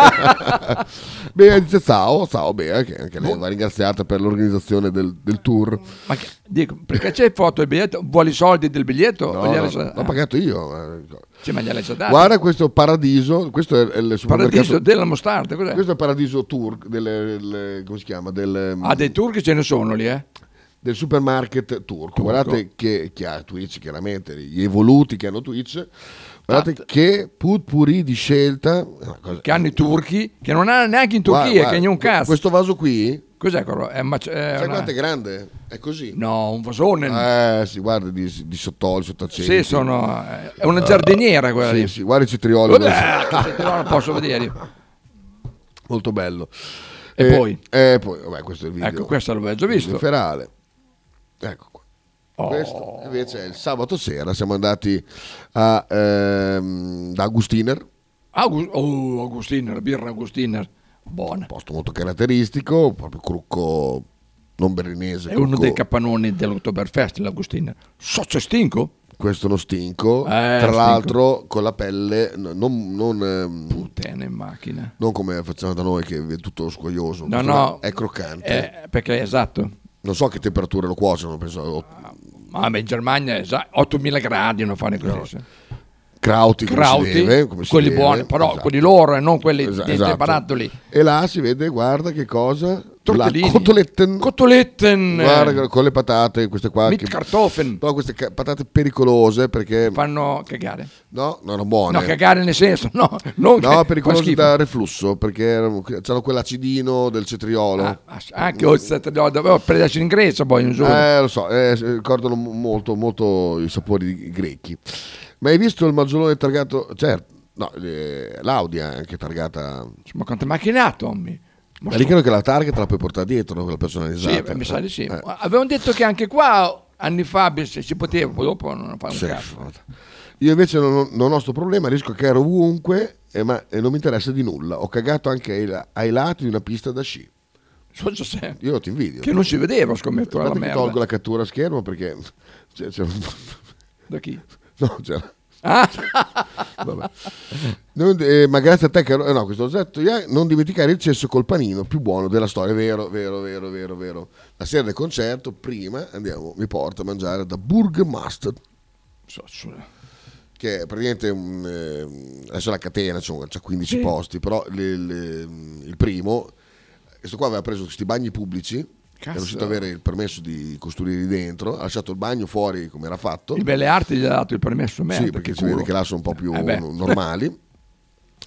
[SPEAKER 19] Bea dice ciao, ciao Bea, che anche lei va ringraziata per l'organizzazione del, del tour.
[SPEAKER 18] Ma che- dico, perché c'è foto del biglietto? Vuole i soldi del biglietto?
[SPEAKER 19] No,
[SPEAKER 18] O gliel'hai
[SPEAKER 19] no,
[SPEAKER 18] già-
[SPEAKER 19] l'ho pagato io.
[SPEAKER 18] cioè, eh.
[SPEAKER 19] eh.
[SPEAKER 18] Ah, Sì, Cioè, ma gliel'hai già dato.
[SPEAKER 19] Guarda questo paradiso, questo è, è il supermercato.
[SPEAKER 18] Paradiso della mostarda, cos'è?
[SPEAKER 19] Questo è il paradiso tour, delle- delle- come si chiama? Del, mm,
[SPEAKER 18] Ah, dei turchi ce ne sono lì, eh?
[SPEAKER 19] Del supermarket turco. Guardate che, che ha Twitch, chiaramente, gli evoluti che hanno Twitch. Guardate che putpuri di scelta.
[SPEAKER 18] Che hanno i turchi, che non hanno neanche in Turchia,
[SPEAKER 19] Guarda,
[SPEAKER 18] che è un
[SPEAKER 19] guarda,
[SPEAKER 18] cazzo.
[SPEAKER 19] Questo vaso qui?
[SPEAKER 18] Cos'è quello? È ma- è
[SPEAKER 19] Sai
[SPEAKER 18] una-
[SPEAKER 19] quanto è grande? È così?
[SPEAKER 18] No, un vasone.
[SPEAKER 19] Eh, si guarda di, di sott'olio, sott'accento.
[SPEAKER 18] Sì, sono- eh, è una giardiniera quella
[SPEAKER 19] sì,
[SPEAKER 18] lì.
[SPEAKER 19] Sì, guarda i cetrioli.
[SPEAKER 18] Vabbè, che però non posso vedere io.
[SPEAKER 19] Molto bello.
[SPEAKER 18] E
[SPEAKER 19] Eh,
[SPEAKER 18] poi?
[SPEAKER 19] eh, poi, vabbè, questo è il video.
[SPEAKER 18] Ecco, questo l'avevo già
[SPEAKER 19] il
[SPEAKER 18] visto. Oh.
[SPEAKER 19] video Ferale. Ecco qua. Questo invece è il sabato sera, siamo andati a, ehm, da Agustiner,
[SPEAKER 18] August- oh, Augustiner, birra Augustiner. Buona.
[SPEAKER 19] posto molto caratteristico, proprio crucco non berlinese.
[SPEAKER 18] È uno
[SPEAKER 19] crucco-
[SPEAKER 18] dei capannoni dell'Octoberfest, l'Augustiner. Socio stinco?
[SPEAKER 19] Questo è uno stinco,
[SPEAKER 18] Eh,
[SPEAKER 19] tra
[SPEAKER 18] stinco.
[SPEAKER 19] l'altro con la pelle no- non... non ehm,
[SPEAKER 18] Tene in macchina.
[SPEAKER 19] non come facciamo da noi che è tutto scoglioso,
[SPEAKER 18] No, no.
[SPEAKER 19] è croccante.
[SPEAKER 18] Eh, perché esatto.
[SPEAKER 19] Non so a che temperature lo cuociono, penso
[SPEAKER 18] Ma beh, in Germania è già 8000 gradi non fanno così. sì.
[SPEAKER 19] Crauti, come si
[SPEAKER 18] Crauti,
[SPEAKER 19] deve, come si
[SPEAKER 18] quelli
[SPEAKER 19] deve.
[SPEAKER 18] buoni, però
[SPEAKER 19] Esatto.
[SPEAKER 18] quelli loro e non quelli
[SPEAKER 19] Esa-
[SPEAKER 18] dei
[SPEAKER 19] esatto.
[SPEAKER 18] dei barattoli.
[SPEAKER 19] E là si vede, guarda che cosa?
[SPEAKER 18] Tortellini.
[SPEAKER 19] La Cotoletten.
[SPEAKER 18] Cotoletten.
[SPEAKER 19] Guarda con le patate, queste qua.
[SPEAKER 18] Mit
[SPEAKER 19] che-
[SPEAKER 18] Kartoffeln.
[SPEAKER 19] Però queste ca- patate pericolose perché
[SPEAKER 18] Fanno cagare.
[SPEAKER 19] No, non erano buone.
[SPEAKER 18] No, cagare nel senso, no, non
[SPEAKER 19] No,
[SPEAKER 18] che- fa
[SPEAKER 19] pericolose
[SPEAKER 18] schifo. Ah,
[SPEAKER 19] da reflusso perché erano- c'hanno quell'acidino del cetriolo.
[SPEAKER 18] Ah, ah, anche oltre dovevo prenderci in Grecia poi un giorno.
[SPEAKER 19] Eh, lo so, eh, ricordano mo- molto, molto i sapori grechi. Ma hai visto il maggiolone targato? Certo, no, eh, l'Audi è anche targata.
[SPEAKER 18] Ma quante macchine ha Tommy? Ma
[SPEAKER 19] Ma lì credo che la targa te la puoi portare dietro, no? quella personalizzata.
[SPEAKER 18] Sì, mi sa di sì.
[SPEAKER 19] Eh,
[SPEAKER 18] Avevamo detto che anche qua anni fa se si poteva, poi dopo non fa un
[SPEAKER 19] sì,
[SPEAKER 18] cazzo.
[SPEAKER 19] vabbè. Io invece non ho, non ho sto problema, riesco a cagare ovunque eh, ma, e non mi interessa di nulla. Ho cagato anche ai, la- ai lati di una pista da sci. Io ti invidio.
[SPEAKER 18] Che non si vedeva, scommetto, la
[SPEAKER 19] Aspetta che
[SPEAKER 18] merda.
[SPEAKER 19] tolgo la cattura a schermo perché... c'è- c'è un-
[SPEAKER 18] Da chi?
[SPEAKER 19] No, c'era.
[SPEAKER 18] Ah!
[SPEAKER 19] Vabbè. Non- eh, ma grazie a te, che eh, no, questo l'ho detto io, non dimenticare il cesso col panino più buono della storia. Vero, vero, vero, vero, vero. La sera del concerto, prima andiamo, mi porta a mangiare da Burgermaster. Che è praticamente un, eh, adesso la catena c'ha c'ha 15
[SPEAKER 18] Sì.
[SPEAKER 19] posti, però le- le- il primo, questo qua aveva preso questi bagni pubblici,
[SPEAKER 18] Cazzo.
[SPEAKER 19] è riuscito ad avere il permesso di costruirli dentro, ha lasciato il bagno fuori come era fatto.
[SPEAKER 18] Il Belle Arti gli ha dato il permesso, merda,
[SPEAKER 19] Sì, perché
[SPEAKER 18] che
[SPEAKER 19] si vede
[SPEAKER 18] culo.
[SPEAKER 19] che là sono un po' più
[SPEAKER 18] Eh beh.
[SPEAKER 19] normali.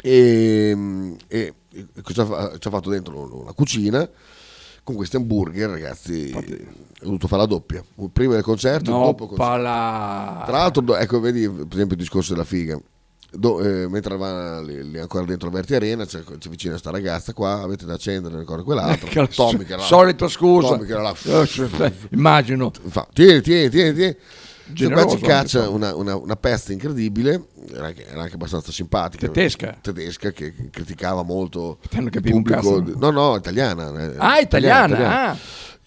[SPEAKER 19] E, e- e cosa fa- ci ha fatto dentro una cucina con questi hamburger, ragazzi. Ho dovuto fare la doppia. Prima del concerto,
[SPEAKER 18] No,
[SPEAKER 19] dopo il concerto.
[SPEAKER 18] pala.
[SPEAKER 19] Tra l'altro, do- ecco, vedi per esempio il discorso della figa. Do- eh, mentre eravamo lì- lì ancora dentro la Verti Arena c'è, c'è vicina sta ragazza qua, avete da accendere ancora quell'altro.
[SPEAKER 18] Che la-
[SPEAKER 19] Tommy che era là.
[SPEAKER 18] solita Ecco, scusa.
[SPEAKER 19] Tommy che era là.
[SPEAKER 18] Eh, cioè, immagino.
[SPEAKER 19] Fa, tieni, tieni, tieni, tieni. Cioè,
[SPEAKER 18] Generoso
[SPEAKER 19] qua ci
[SPEAKER 18] anche
[SPEAKER 19] caccia
[SPEAKER 18] Tommy.
[SPEAKER 19] una, una, una peste incredibile, era anche, era anche abbastanza simpatica.
[SPEAKER 18] Tedesca?
[SPEAKER 19] Tedesca che che criticava molto
[SPEAKER 18] hanno
[SPEAKER 19] il
[SPEAKER 18] capito un
[SPEAKER 19] pubblico.
[SPEAKER 18] cazzo.
[SPEAKER 19] No, no, italiana. eh,
[SPEAKER 18] Ah, italiana, ah.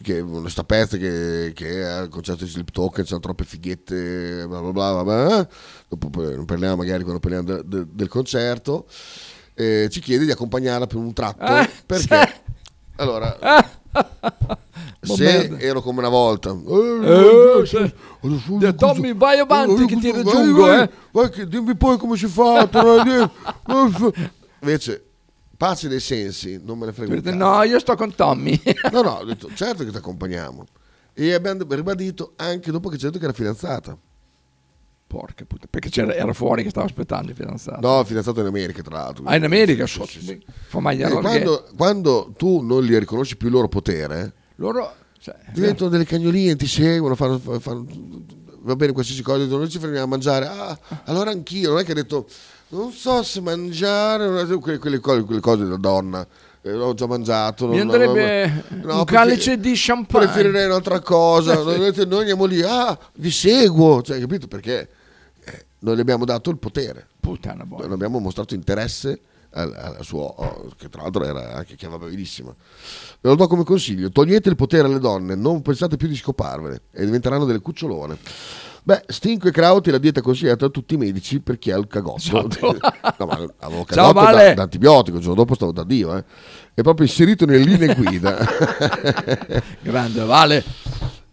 [SPEAKER 19] Che una sta peste che, che al concerto di Slip Token c'erano troppe fighette, bla bla bla. bla, bla. Dopo poi non parliamo magari quando parliamo de- de- del concerto. Eh, ci chiede di accompagnarla per un tratto
[SPEAKER 18] Ah,
[SPEAKER 19] perché allora se
[SPEAKER 18] merda.
[SPEAKER 19] ero come una volta
[SPEAKER 18] Eh,
[SPEAKER 19] eh,
[SPEAKER 18] Dai, Tommy, vai avanti che ti raggiungo,
[SPEAKER 19] vai,
[SPEAKER 18] eh.
[SPEAKER 19] vai, che- dimmi poi come si fa. torna dietro. Eh, f- Invece, pace dei sensi, non me ne frega un cazzo.
[SPEAKER 18] No, io sto con Tommy.
[SPEAKER 19] No, no, ho detto, certo che ti accompagniamo. E abbiamo ribadito anche dopo che c'è detto che era fidanzata.
[SPEAKER 18] Porca puttana, perché c'era, era fuori che stava aspettando il fidanzato.
[SPEAKER 19] No, fidanzato in America, tra l'altro.
[SPEAKER 18] Ah, in America?
[SPEAKER 19] Sì,
[SPEAKER 18] so-
[SPEAKER 19] sì, sì.
[SPEAKER 18] Fa mai gli
[SPEAKER 19] Eh,
[SPEAKER 18] errori
[SPEAKER 19] quando, quando tu non gli riconosci più il loro potere,
[SPEAKER 18] che- Loro... cioè,
[SPEAKER 19] diventano delle cagnoline, ti seguono, fanno, fanno- va bene qualsiasi cosa, dicono, noi ci fermiamo a mangiare, ah, allora anch'io, non è che ha detto non so se mangiare, non è- quelle, quelle cose, quelle cose da donna, eh, ho già mangiato,
[SPEAKER 18] Mi
[SPEAKER 19] non-
[SPEAKER 18] andrebbe
[SPEAKER 19] non- no,
[SPEAKER 18] un
[SPEAKER 19] prefer-
[SPEAKER 18] calice di champagne.
[SPEAKER 19] preferirei un'altra cosa,
[SPEAKER 18] Sì.
[SPEAKER 19] noi, noi andiamo lì, ah vi seguo, cioè capito perché eh, non gli abbiamo dato il potere,
[SPEAKER 18] Puttana boia.
[SPEAKER 19] non abbiamo mostrato interesse. Al, al suo, oh, che tra l'altro era anche chiamabilissima ve lo do come consiglio: togliete il potere alle donne, non pensate più di scoparvene e diventeranno delle cucciolone. Beh, stinco e crauti la dieta consigliata da tutti i medici per chi ha il cagotto. no, ma avevo cagotto da,
[SPEAKER 18] Vale.
[SPEAKER 19] da antibiotico, il giorno dopo stavo da Dio. Eh. È proprio inserito nelle linee guida.
[SPEAKER 18] Grande, Vale.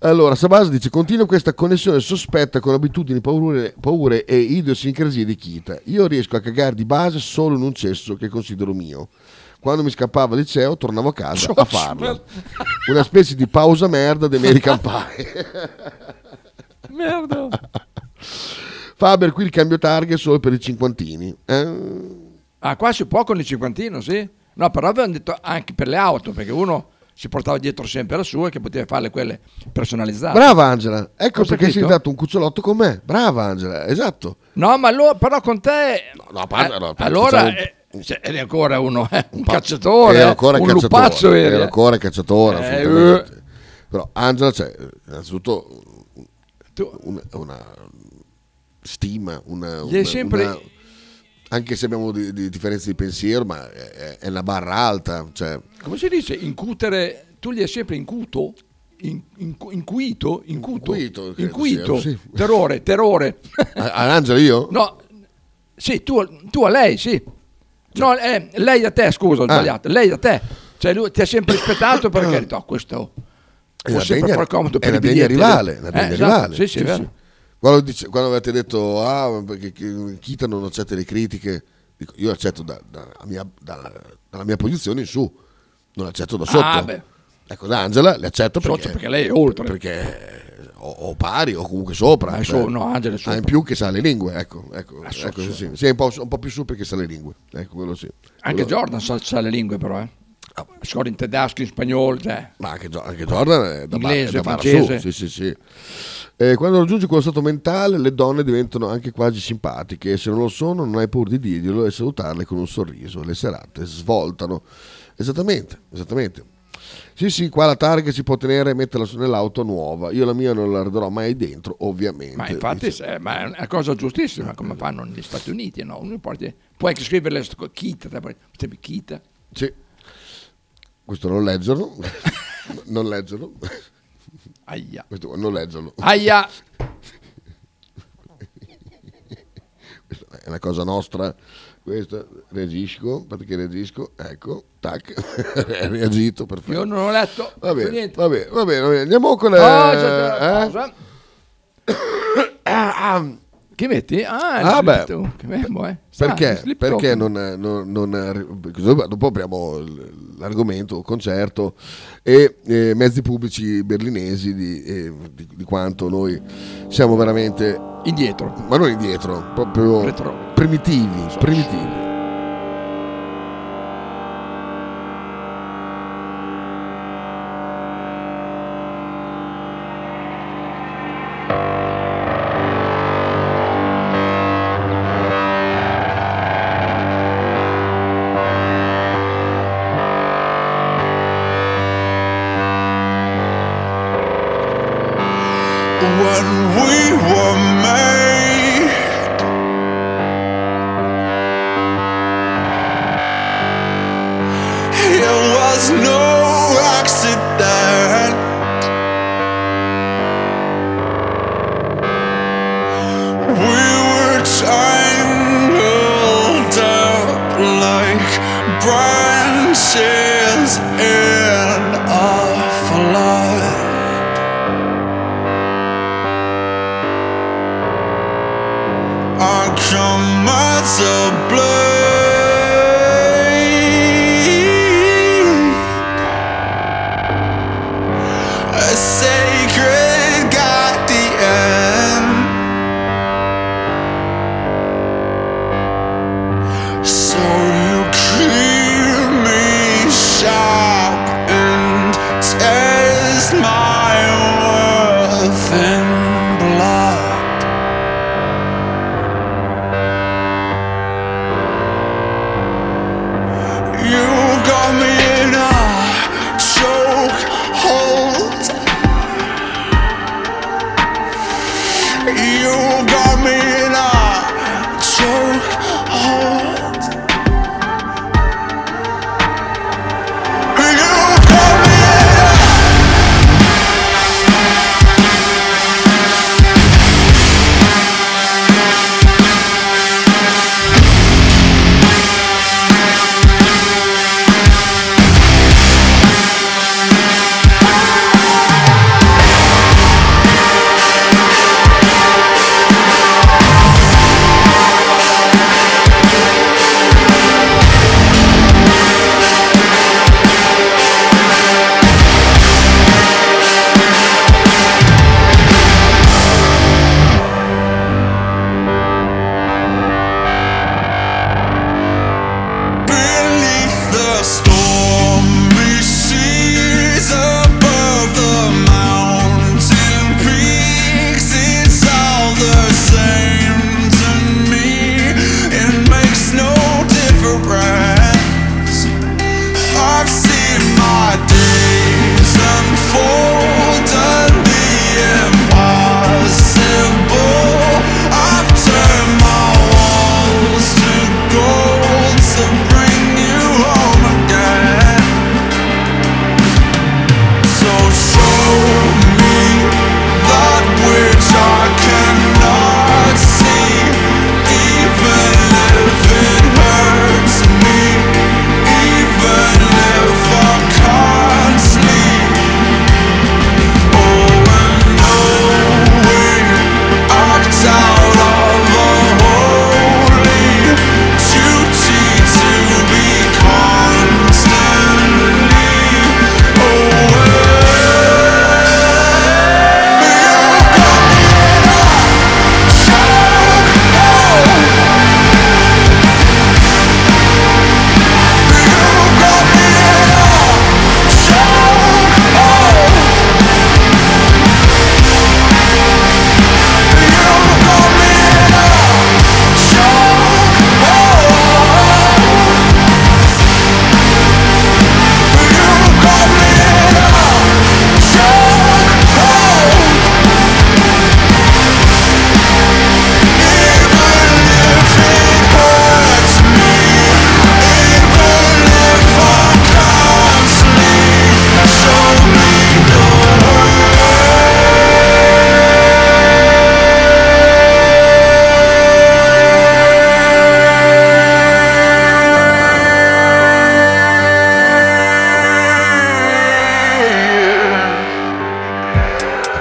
[SPEAKER 19] Allora, Sabas dice, continua questa connessione sospetta con abitudini, paure, paure e idiosincrasie di Kita. Io riesco a cagare di base solo in un cesso che considero mio. Quando mi scappava il liceo, tornavo a casa a farlo. Una specie di pausa merda di American Pie.
[SPEAKER 18] Merda.
[SPEAKER 19] Faber, qui il cambio target è solo per i cinquantini. Eh?
[SPEAKER 18] Ah, qua si può con il cinquantino, sì? No, però avevano detto anche per le auto, perché uno si portava dietro sempre la sua che poteva farle quelle personalizzate.
[SPEAKER 19] Brava Angela, ecco
[SPEAKER 18] Cosa hai
[SPEAKER 19] perché sei
[SPEAKER 18] detto?
[SPEAKER 19] dato un cucciolotto con me. Brava Angela, esatto.
[SPEAKER 18] No, ma allora- però con te...
[SPEAKER 19] No, a parte- no, a parte
[SPEAKER 18] allora
[SPEAKER 19] facciamo-
[SPEAKER 18] eh, cioè, eri ancora uno, eh, un cacciatore,
[SPEAKER 19] Ero
[SPEAKER 18] eh,
[SPEAKER 19] ancora
[SPEAKER 18] un
[SPEAKER 19] cacciatore,
[SPEAKER 18] lupazzo eri,
[SPEAKER 19] ero
[SPEAKER 18] eh.
[SPEAKER 19] ancora cacciatore,
[SPEAKER 18] Eh,
[SPEAKER 19] assolutamente. Però Angela, cioè, innanzitutto una, una stima, una,
[SPEAKER 18] Gli è
[SPEAKER 19] una-
[SPEAKER 18] sempre-
[SPEAKER 19] una- anche se abbiamo di- di differenze di pensiero, ma è, è una barra alta. Cioè,
[SPEAKER 18] Come si dice? Incutere... Tu gli hai sempre incuto? In, in- incuito? Incuto?
[SPEAKER 19] Incuito, credo
[SPEAKER 18] Incuito.
[SPEAKER 19] sia, sì.
[SPEAKER 18] Terrore, terrore.
[SPEAKER 19] a- ad Angela io?
[SPEAKER 18] Eh. No, sì, tu, tu a lei, sì. No, eh, lei a te, scusa, ho
[SPEAKER 19] Ah.
[SPEAKER 18] sbagliato. Lei a te. Cioè lui ti ha sempre rispettato perché ha detto, "Ah, questo
[SPEAKER 19] È
[SPEAKER 18] può
[SPEAKER 19] una
[SPEAKER 18] sempre
[SPEAKER 19] Eh, degna-
[SPEAKER 18] far comodo
[SPEAKER 19] è
[SPEAKER 18] per
[SPEAKER 19] una
[SPEAKER 18] i
[SPEAKER 19] degna
[SPEAKER 18] biglietti".
[SPEAKER 19] rivale, una
[SPEAKER 18] Eh,
[SPEAKER 19] degna
[SPEAKER 18] esatto,
[SPEAKER 19] rivale.
[SPEAKER 18] Sì, sì, è vero.
[SPEAKER 19] Quando, dice- quando avete detto ah, perché chi- Kita non accetta le critiche, dico, io accetto da- da- a mia- dalla, dalla mia posizione in su, non accetto da sotto.
[SPEAKER 18] Ah, beh.
[SPEAKER 19] ecco, da Angela le accetto perché,
[SPEAKER 18] Sotto, perché lei è oltre.
[SPEAKER 19] Perché eh, o, o pari o comunque sopra.
[SPEAKER 18] Ma è
[SPEAKER 19] cioè,
[SPEAKER 18] so- no, Angela è sopra.
[SPEAKER 19] ah, in più che sa le lingue, ecco. ecco,
[SPEAKER 18] Ah, so-
[SPEAKER 19] ecco,
[SPEAKER 18] so-
[SPEAKER 19] sì, sì, è un po', un po' più su perché sa le lingue. Ecco, quello sì.
[SPEAKER 18] Anche
[SPEAKER 19] Quello- Ah.
[SPEAKER 18] Jordan sa, sa le lingue però, eh. Scorre in tedesco, in spagnolo, cioè.
[SPEAKER 19] Ma anche, Gio- anche Jordan è da, bar- è
[SPEAKER 18] Inglese,
[SPEAKER 19] da barra
[SPEAKER 18] francese.
[SPEAKER 19] su, sì, sì, sì. Eh, quando raggiungi quello stato mentale, le donne diventano anche quasi simpatiche. e Se non lo sono, non hai paura di dirglielo e salutarle con un sorriso. Le serate svoltano. Esattamente, esattamente. Sì, sì, qua la targa si può tenere e metterla su- nell'auto nuova. Io la mia non la darò mai dentro, ovviamente.
[SPEAKER 18] Ma infatti se- ma è una cosa giustissima come fanno negli Stati Uniti, no? Uno porta- puoi anche scriverle sto- Kita, te- te- Kita.
[SPEAKER 19] Sì. Questo non leggerlo. non leggerlo.
[SPEAKER 18] Aia.
[SPEAKER 19] Questo qua, non leggerlo.
[SPEAKER 18] Aia!
[SPEAKER 19] è una cosa nostra. Questo reagisco perché reagisco, ecco, tac, è reagito, perfetto.
[SPEAKER 18] Io non ho letto.
[SPEAKER 19] Va
[SPEAKER 18] più
[SPEAKER 19] bene,
[SPEAKER 18] niente.
[SPEAKER 19] va bene, va bene, va bene. andiamo con
[SPEAKER 18] Ah, c'è stata
[SPEAKER 20] la
[SPEAKER 19] la... eh?
[SPEAKER 18] pausa. Che metti? Ah,
[SPEAKER 19] Ah,
[SPEAKER 18] l'ho
[SPEAKER 19] beh.
[SPEAKER 18] detto. Che bello, eh. Sa,
[SPEAKER 19] Perché?
[SPEAKER 18] slip
[SPEAKER 19] Perché
[SPEAKER 18] token.
[SPEAKER 19] non, non- non- cosa- dopo apriamo l- l'argomento, concerto e eh, mezzi pubblici berlinesi di, eh, di- di quanto noi siamo veramente
[SPEAKER 18] indietro,
[SPEAKER 19] ma non indietro, proprio primitivi, primitivi.
[SPEAKER 3] when we were made. It was no accident. We were tangled up like branches in a flood. are commands of blade. A sacred guardian. So you keep me sharp and taste my worth in blood. You got me in a choke hold. You got me in a choke hold. You got me in a Oh,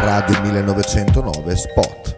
[SPEAKER 12] Radio 1909 Spot.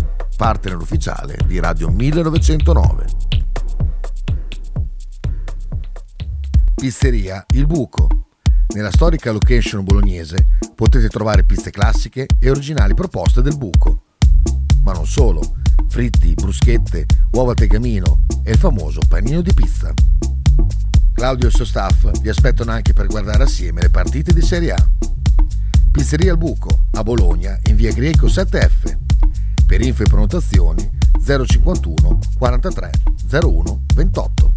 [SPEAKER 12] partner ufficiale di Radio 1909. Pizzeria Il Buco. Nella storica location bolognese potete trovare pizze classiche e originali proposte del buco. Ma non solo, fritti, bruschette, uova al tegamino e il famoso panino di pizza. Claudio e il suo staff vi aspettano anche per guardare assieme le partite di Serie A. Pizzeria al Buco, a Bologna, in via Greco 7F. Per info e prenotazioni 051 43 01 28.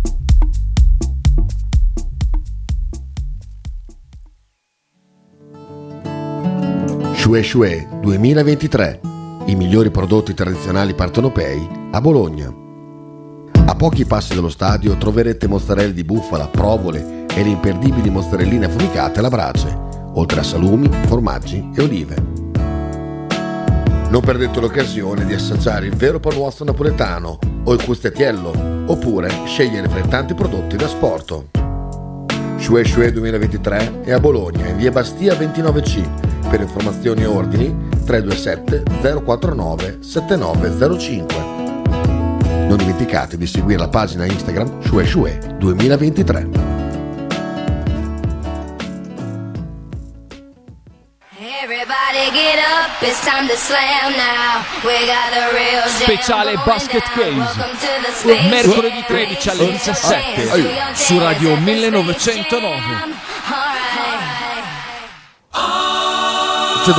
[SPEAKER 19] Shue Shue 2023, i migliori prodotti tradizionali partenopei a Bologna. A pochi passi dallo stadio troverete mozzarella di bufala, provole e le imperdibili mozzarelline affumicate alla brace, oltre a salumi, formaggi e olive. Non perdete l'occasione di assaggiare il vero panuozzo napoletano o il custettiello, oppure scegliere fra i tanti prodotti da sporto. Shue Shue 2023 è a Bologna, in via Bastia 29C. Per informazioni e ordini 327 049 7905. Non dimenticate di seguire la pagina Instagram Shue Shue 2023.
[SPEAKER 21] Everybody get up, it's time to slam now. We got a real jam
[SPEAKER 22] Speciale
[SPEAKER 21] going
[SPEAKER 22] Basket
[SPEAKER 21] down.
[SPEAKER 22] Case.
[SPEAKER 21] Welcome to the space
[SPEAKER 22] Mercoledì
[SPEAKER 21] jam.
[SPEAKER 22] 13 alle 17 su Radio 1909.
[SPEAKER 19] Non c'entra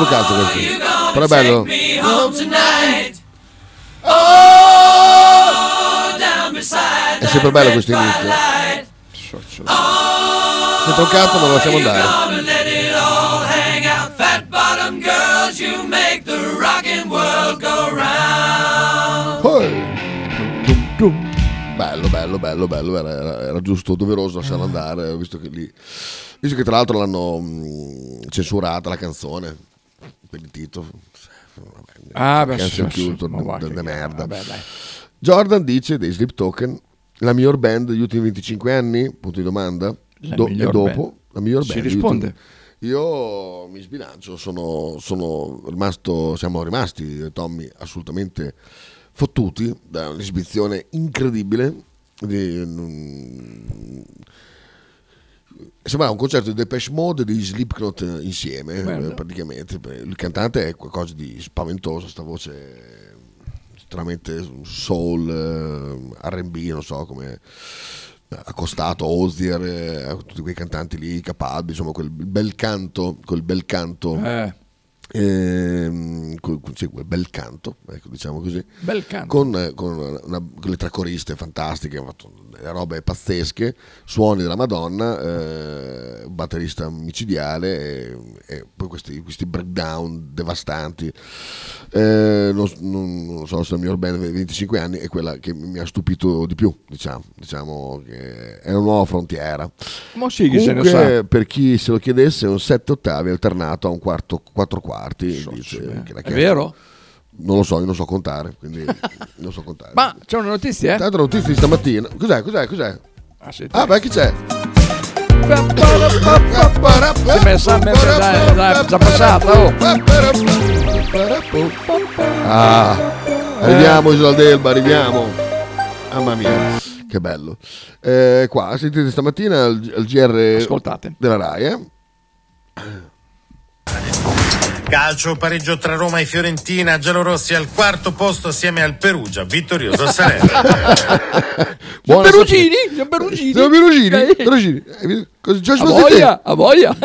[SPEAKER 19] un cazzo questo. Però è bello.
[SPEAKER 3] me home tonight. Oh, down beside
[SPEAKER 19] È sempre bello questo inizio. C'entra un cazzo ma lo lasciamo andare.
[SPEAKER 3] and let it all hang out. Fat bottom girls, you make the rockin' world go round.
[SPEAKER 19] Bello, bello, bello, bello, era, era- era giusto, doveroso lasciarlo andare, visto che lì. Visto che tra l'altro l'hanno mh, censurata la canzone per il titolo.
[SPEAKER 18] Ah, beh,
[SPEAKER 19] Cazzo
[SPEAKER 18] sì, sì,
[SPEAKER 19] chiuso,
[SPEAKER 18] ma va,
[SPEAKER 19] de-
[SPEAKER 18] che
[SPEAKER 19] de merda.
[SPEAKER 18] vabbè, dai.
[SPEAKER 19] Jordan dice dei Slip Token, la miglior band degli ultimi 25 anni? Punto di domanda.
[SPEAKER 18] La
[SPEAKER 19] Do- e
[SPEAKER 18] miglior
[SPEAKER 19] dopo,
[SPEAKER 18] band.
[SPEAKER 19] la miglior
[SPEAKER 18] Si
[SPEAKER 19] band. degli
[SPEAKER 18] risponde.
[SPEAKER 19] ultimi- Io mi sbilancio, sono, sono rimasto, siamo rimasti, io e Tommy, assolutamente fottuti da un'esibizione incredibile. di- mm, sembrava un concerto di Depeche Mode e di Slipknot insieme,
[SPEAKER 18] Bello.
[SPEAKER 19] eh, praticamente. Il cantante è qualcosa di spaventoso, sta voce veramente soul, eh, RB, non so come accostato Ozier, eh, a tutti quei cantanti lì, Capaldi, insomma quel bel canto, quel bel canto.
[SPEAKER 18] Eh.
[SPEAKER 19] ehm, quel, sì, quel bel canto, ecco, diciamo così,
[SPEAKER 18] Bel canto.
[SPEAKER 19] Con, eh, con una- con le tre coriste fantastiche, hanno fatto delle robe pazzesche, suoni della Madonna, eh, un batterista micidiale e, e poi questi, questi breakdown devastanti. Eh, non, non- non so se la miglior band dei 25 anni è quella che mi ha stupito di più, diciamo, diciamo che è una nuova frontiera.
[SPEAKER 18] Ma sì, chi se ne
[SPEAKER 19] Comunque,
[SPEAKER 18] sa.
[SPEAKER 19] per chi se lo chiedesse, è un 7 ottavi alternato a un quarto, quattro quarti. dice che l'ha
[SPEAKER 18] eh. È
[SPEAKER 19] chiesto.
[SPEAKER 18] vero?
[SPEAKER 19] Non lo so, io non so contare, quindi non so contare.
[SPEAKER 18] Ma c'è una notizia, eh?
[SPEAKER 19] Tanto notizie di stamattina. Cos'è? Cos'è? Cos'è?
[SPEAKER 18] Ah, sì,
[SPEAKER 19] Ah, beh, chi c'è?
[SPEAKER 18] Si è messa a me- dai, dai, già passata, oh.
[SPEAKER 19] Ah,
[SPEAKER 18] Eh.
[SPEAKER 19] arriviamo Isola d'Elba, arriviamo. Mamma mia, che bello. Eh, qua, sentite stamattina al al GR della RAI, eh?
[SPEAKER 23] Calcio, pareggio tra Roma e Fiorentina, Giallorossi al quarto posto assieme al Perugia, vittorioso Salerno.
[SPEAKER 19] Buona
[SPEAKER 18] Perugini, siamo Perugini.
[SPEAKER 19] Siamo Perugini?
[SPEAKER 18] Dai.
[SPEAKER 19] Perugini. Eh, cosa- Giorgio
[SPEAKER 18] A
[SPEAKER 19] Zizè.
[SPEAKER 18] voglia, a voglia.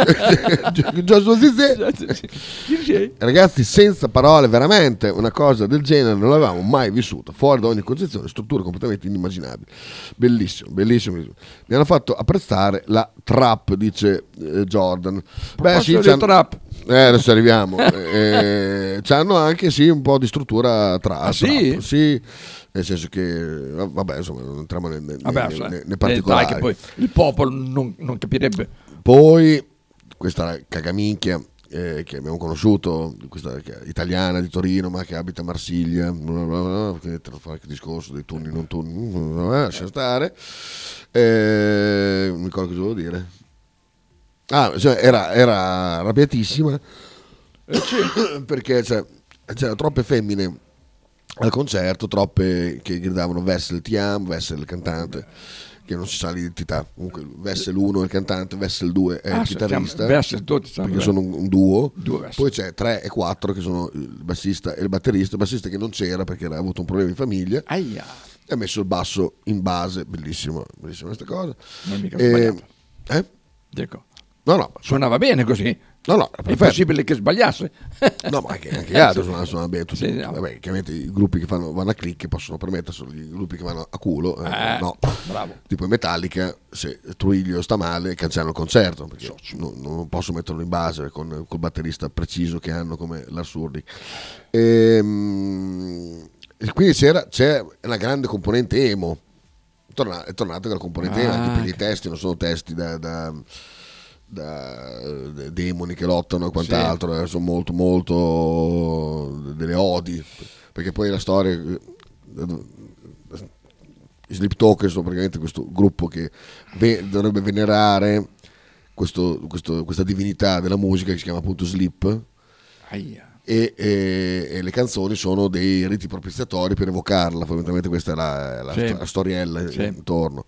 [SPEAKER 19] Giorgio Zizè. Ragazzi, senza parole, veramente una cosa del genere non l'avevamo mai vissuta, fuori da ogni concezione, strutture completamente inimmaginabili. Bellissimo, bellissimo. bellissimo. Mi hanno fatto apprezzare la trap, dice eh, Jordan.
[SPEAKER 18] proposito di
[SPEAKER 19] c'hanno-
[SPEAKER 18] trap.
[SPEAKER 19] eh, Eh, adesso arriviamo. eh, hanno anche sì, un po' di struttura tra ah, sì? sì, nel senso che va- vabbè, insomma, non entriamo nel, nel,
[SPEAKER 18] Vabbè,
[SPEAKER 19] nei-
[SPEAKER 18] sai,
[SPEAKER 19] nei- nei
[SPEAKER 18] eh,
[SPEAKER 19] particolari.
[SPEAKER 18] dai, che poi il popolo non, non capirebbe.
[SPEAKER 19] Poi questa cagaminchia eh, che abbiamo conosciuto, questa che- italiana di Torino ma che abita a Marsiglia, bla bla bla, che tra- fa il discorso dei turni non turni, eh, lascia stare. Eh, non mi ricordo cosa volevo dire. Ah, cioè, era, era arrabbiatissima
[SPEAKER 18] Eh,
[SPEAKER 19] perché cioè, c'erano troppe femmine al concerto, troppe che gridavano Vessel ti amo, Vessel il cantante, che non si sa l'identità. Comunque Vessel 1 è il cantante, Vessel 2 è
[SPEAKER 18] Ah,
[SPEAKER 19] il
[SPEAKER 18] si chiama
[SPEAKER 19] chitarrista,
[SPEAKER 18] Vessel, tutti sanno
[SPEAKER 19] perché
[SPEAKER 18] Vessel.
[SPEAKER 19] sono un, un duo.
[SPEAKER 18] Due Vessel.
[SPEAKER 19] Poi c'è 3 e 4 che sono il bassista e il batterista, il bassista che non c'era perché aveva avuto un problema in famiglia.
[SPEAKER 18] Ah.
[SPEAKER 19] E ha messo il basso in base, bellissimo, bellissima questa cosa.
[SPEAKER 18] Non è mica sbagliato.
[SPEAKER 19] eh?
[SPEAKER 18] Dico,
[SPEAKER 19] No, no,
[SPEAKER 18] suonava bene così.
[SPEAKER 19] No, no,
[SPEAKER 18] è possibile che sbagliasse.
[SPEAKER 19] No, ma anche, anche gli altri
[SPEAKER 18] Sì.
[SPEAKER 19] suonano, suonano bene tutti.
[SPEAKER 18] Sì, no.
[SPEAKER 19] Vabbè, chiaramente i gruppi che fanno, vanno a click possono permetterselo, i gruppi che vanno a culo, eh,
[SPEAKER 18] Eh,
[SPEAKER 19] no.
[SPEAKER 18] bravo.
[SPEAKER 19] Tipo in Metallica, se Truiglio sta male, cancellano il concerto, perché non, non posso metterlo in base con col batterista preciso che hanno come l'Assurdi. Ehm, e quindi c'era, c'è una grande componente emo. Torna- è tornata la componente emo,
[SPEAKER 18] Ah,
[SPEAKER 19] anche perché
[SPEAKER 18] ok.
[SPEAKER 19] i testi non sono testi da- da da eh, demoni che lottano e quant'altro, eh, sono molto molto delle odi, perché poi la storia... eh, I Sleep Talker sono praticamente questo gruppo che ve- dovrebbe venerare questo- questo- questa divinità della musica che si chiama appunto Sleep e, e- e le canzoni sono dei riti propiziatori per evocarla, fondamentalmente questa è la, la
[SPEAKER 18] Sì.
[SPEAKER 19] sto- la storiella
[SPEAKER 18] Sì.
[SPEAKER 19] intorno.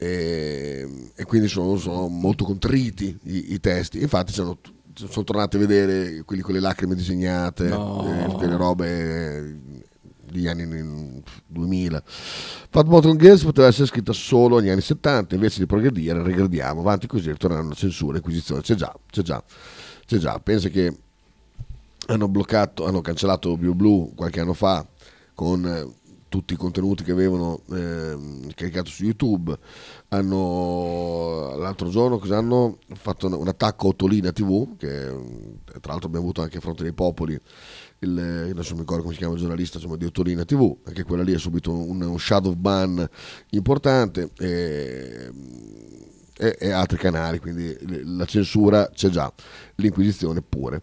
[SPEAKER 19] E, e quindi sono, sono molto contriti i, i testi, infatti sono, sono tornati a vedere quelli con le lacrime disegnate,
[SPEAKER 18] No.
[SPEAKER 19] eh, quelle robe eh, degli anni mm, 2000. Fat Bottom Girls poteva essere scritta solo negli anni 70, invece di progredire regrediamo, avanti così ritorneranno alla censura e inquisizione, c'è già, c'è già, c'è già, pensa che hanno bloccato, hanno cancellato Bio Blue qualche anno fa con eh, tutti i contenuti che avevano ehm, caricato su YouTube. Hanno l'altro giorno cosa hanno fatto un, un attacco a Ottolina TV, che mm, tra l'altro abbiamo avuto anche a fronte dei popoli. Il, eh, adesso non mi ricordo come si chiama il giornalista insomma, di Ottolina TV, anche quella lì ha subito un, un shadow ban importante. ehm, E, e, e altri canali, quindi l- la censura c'è già, l'inquisizione pure.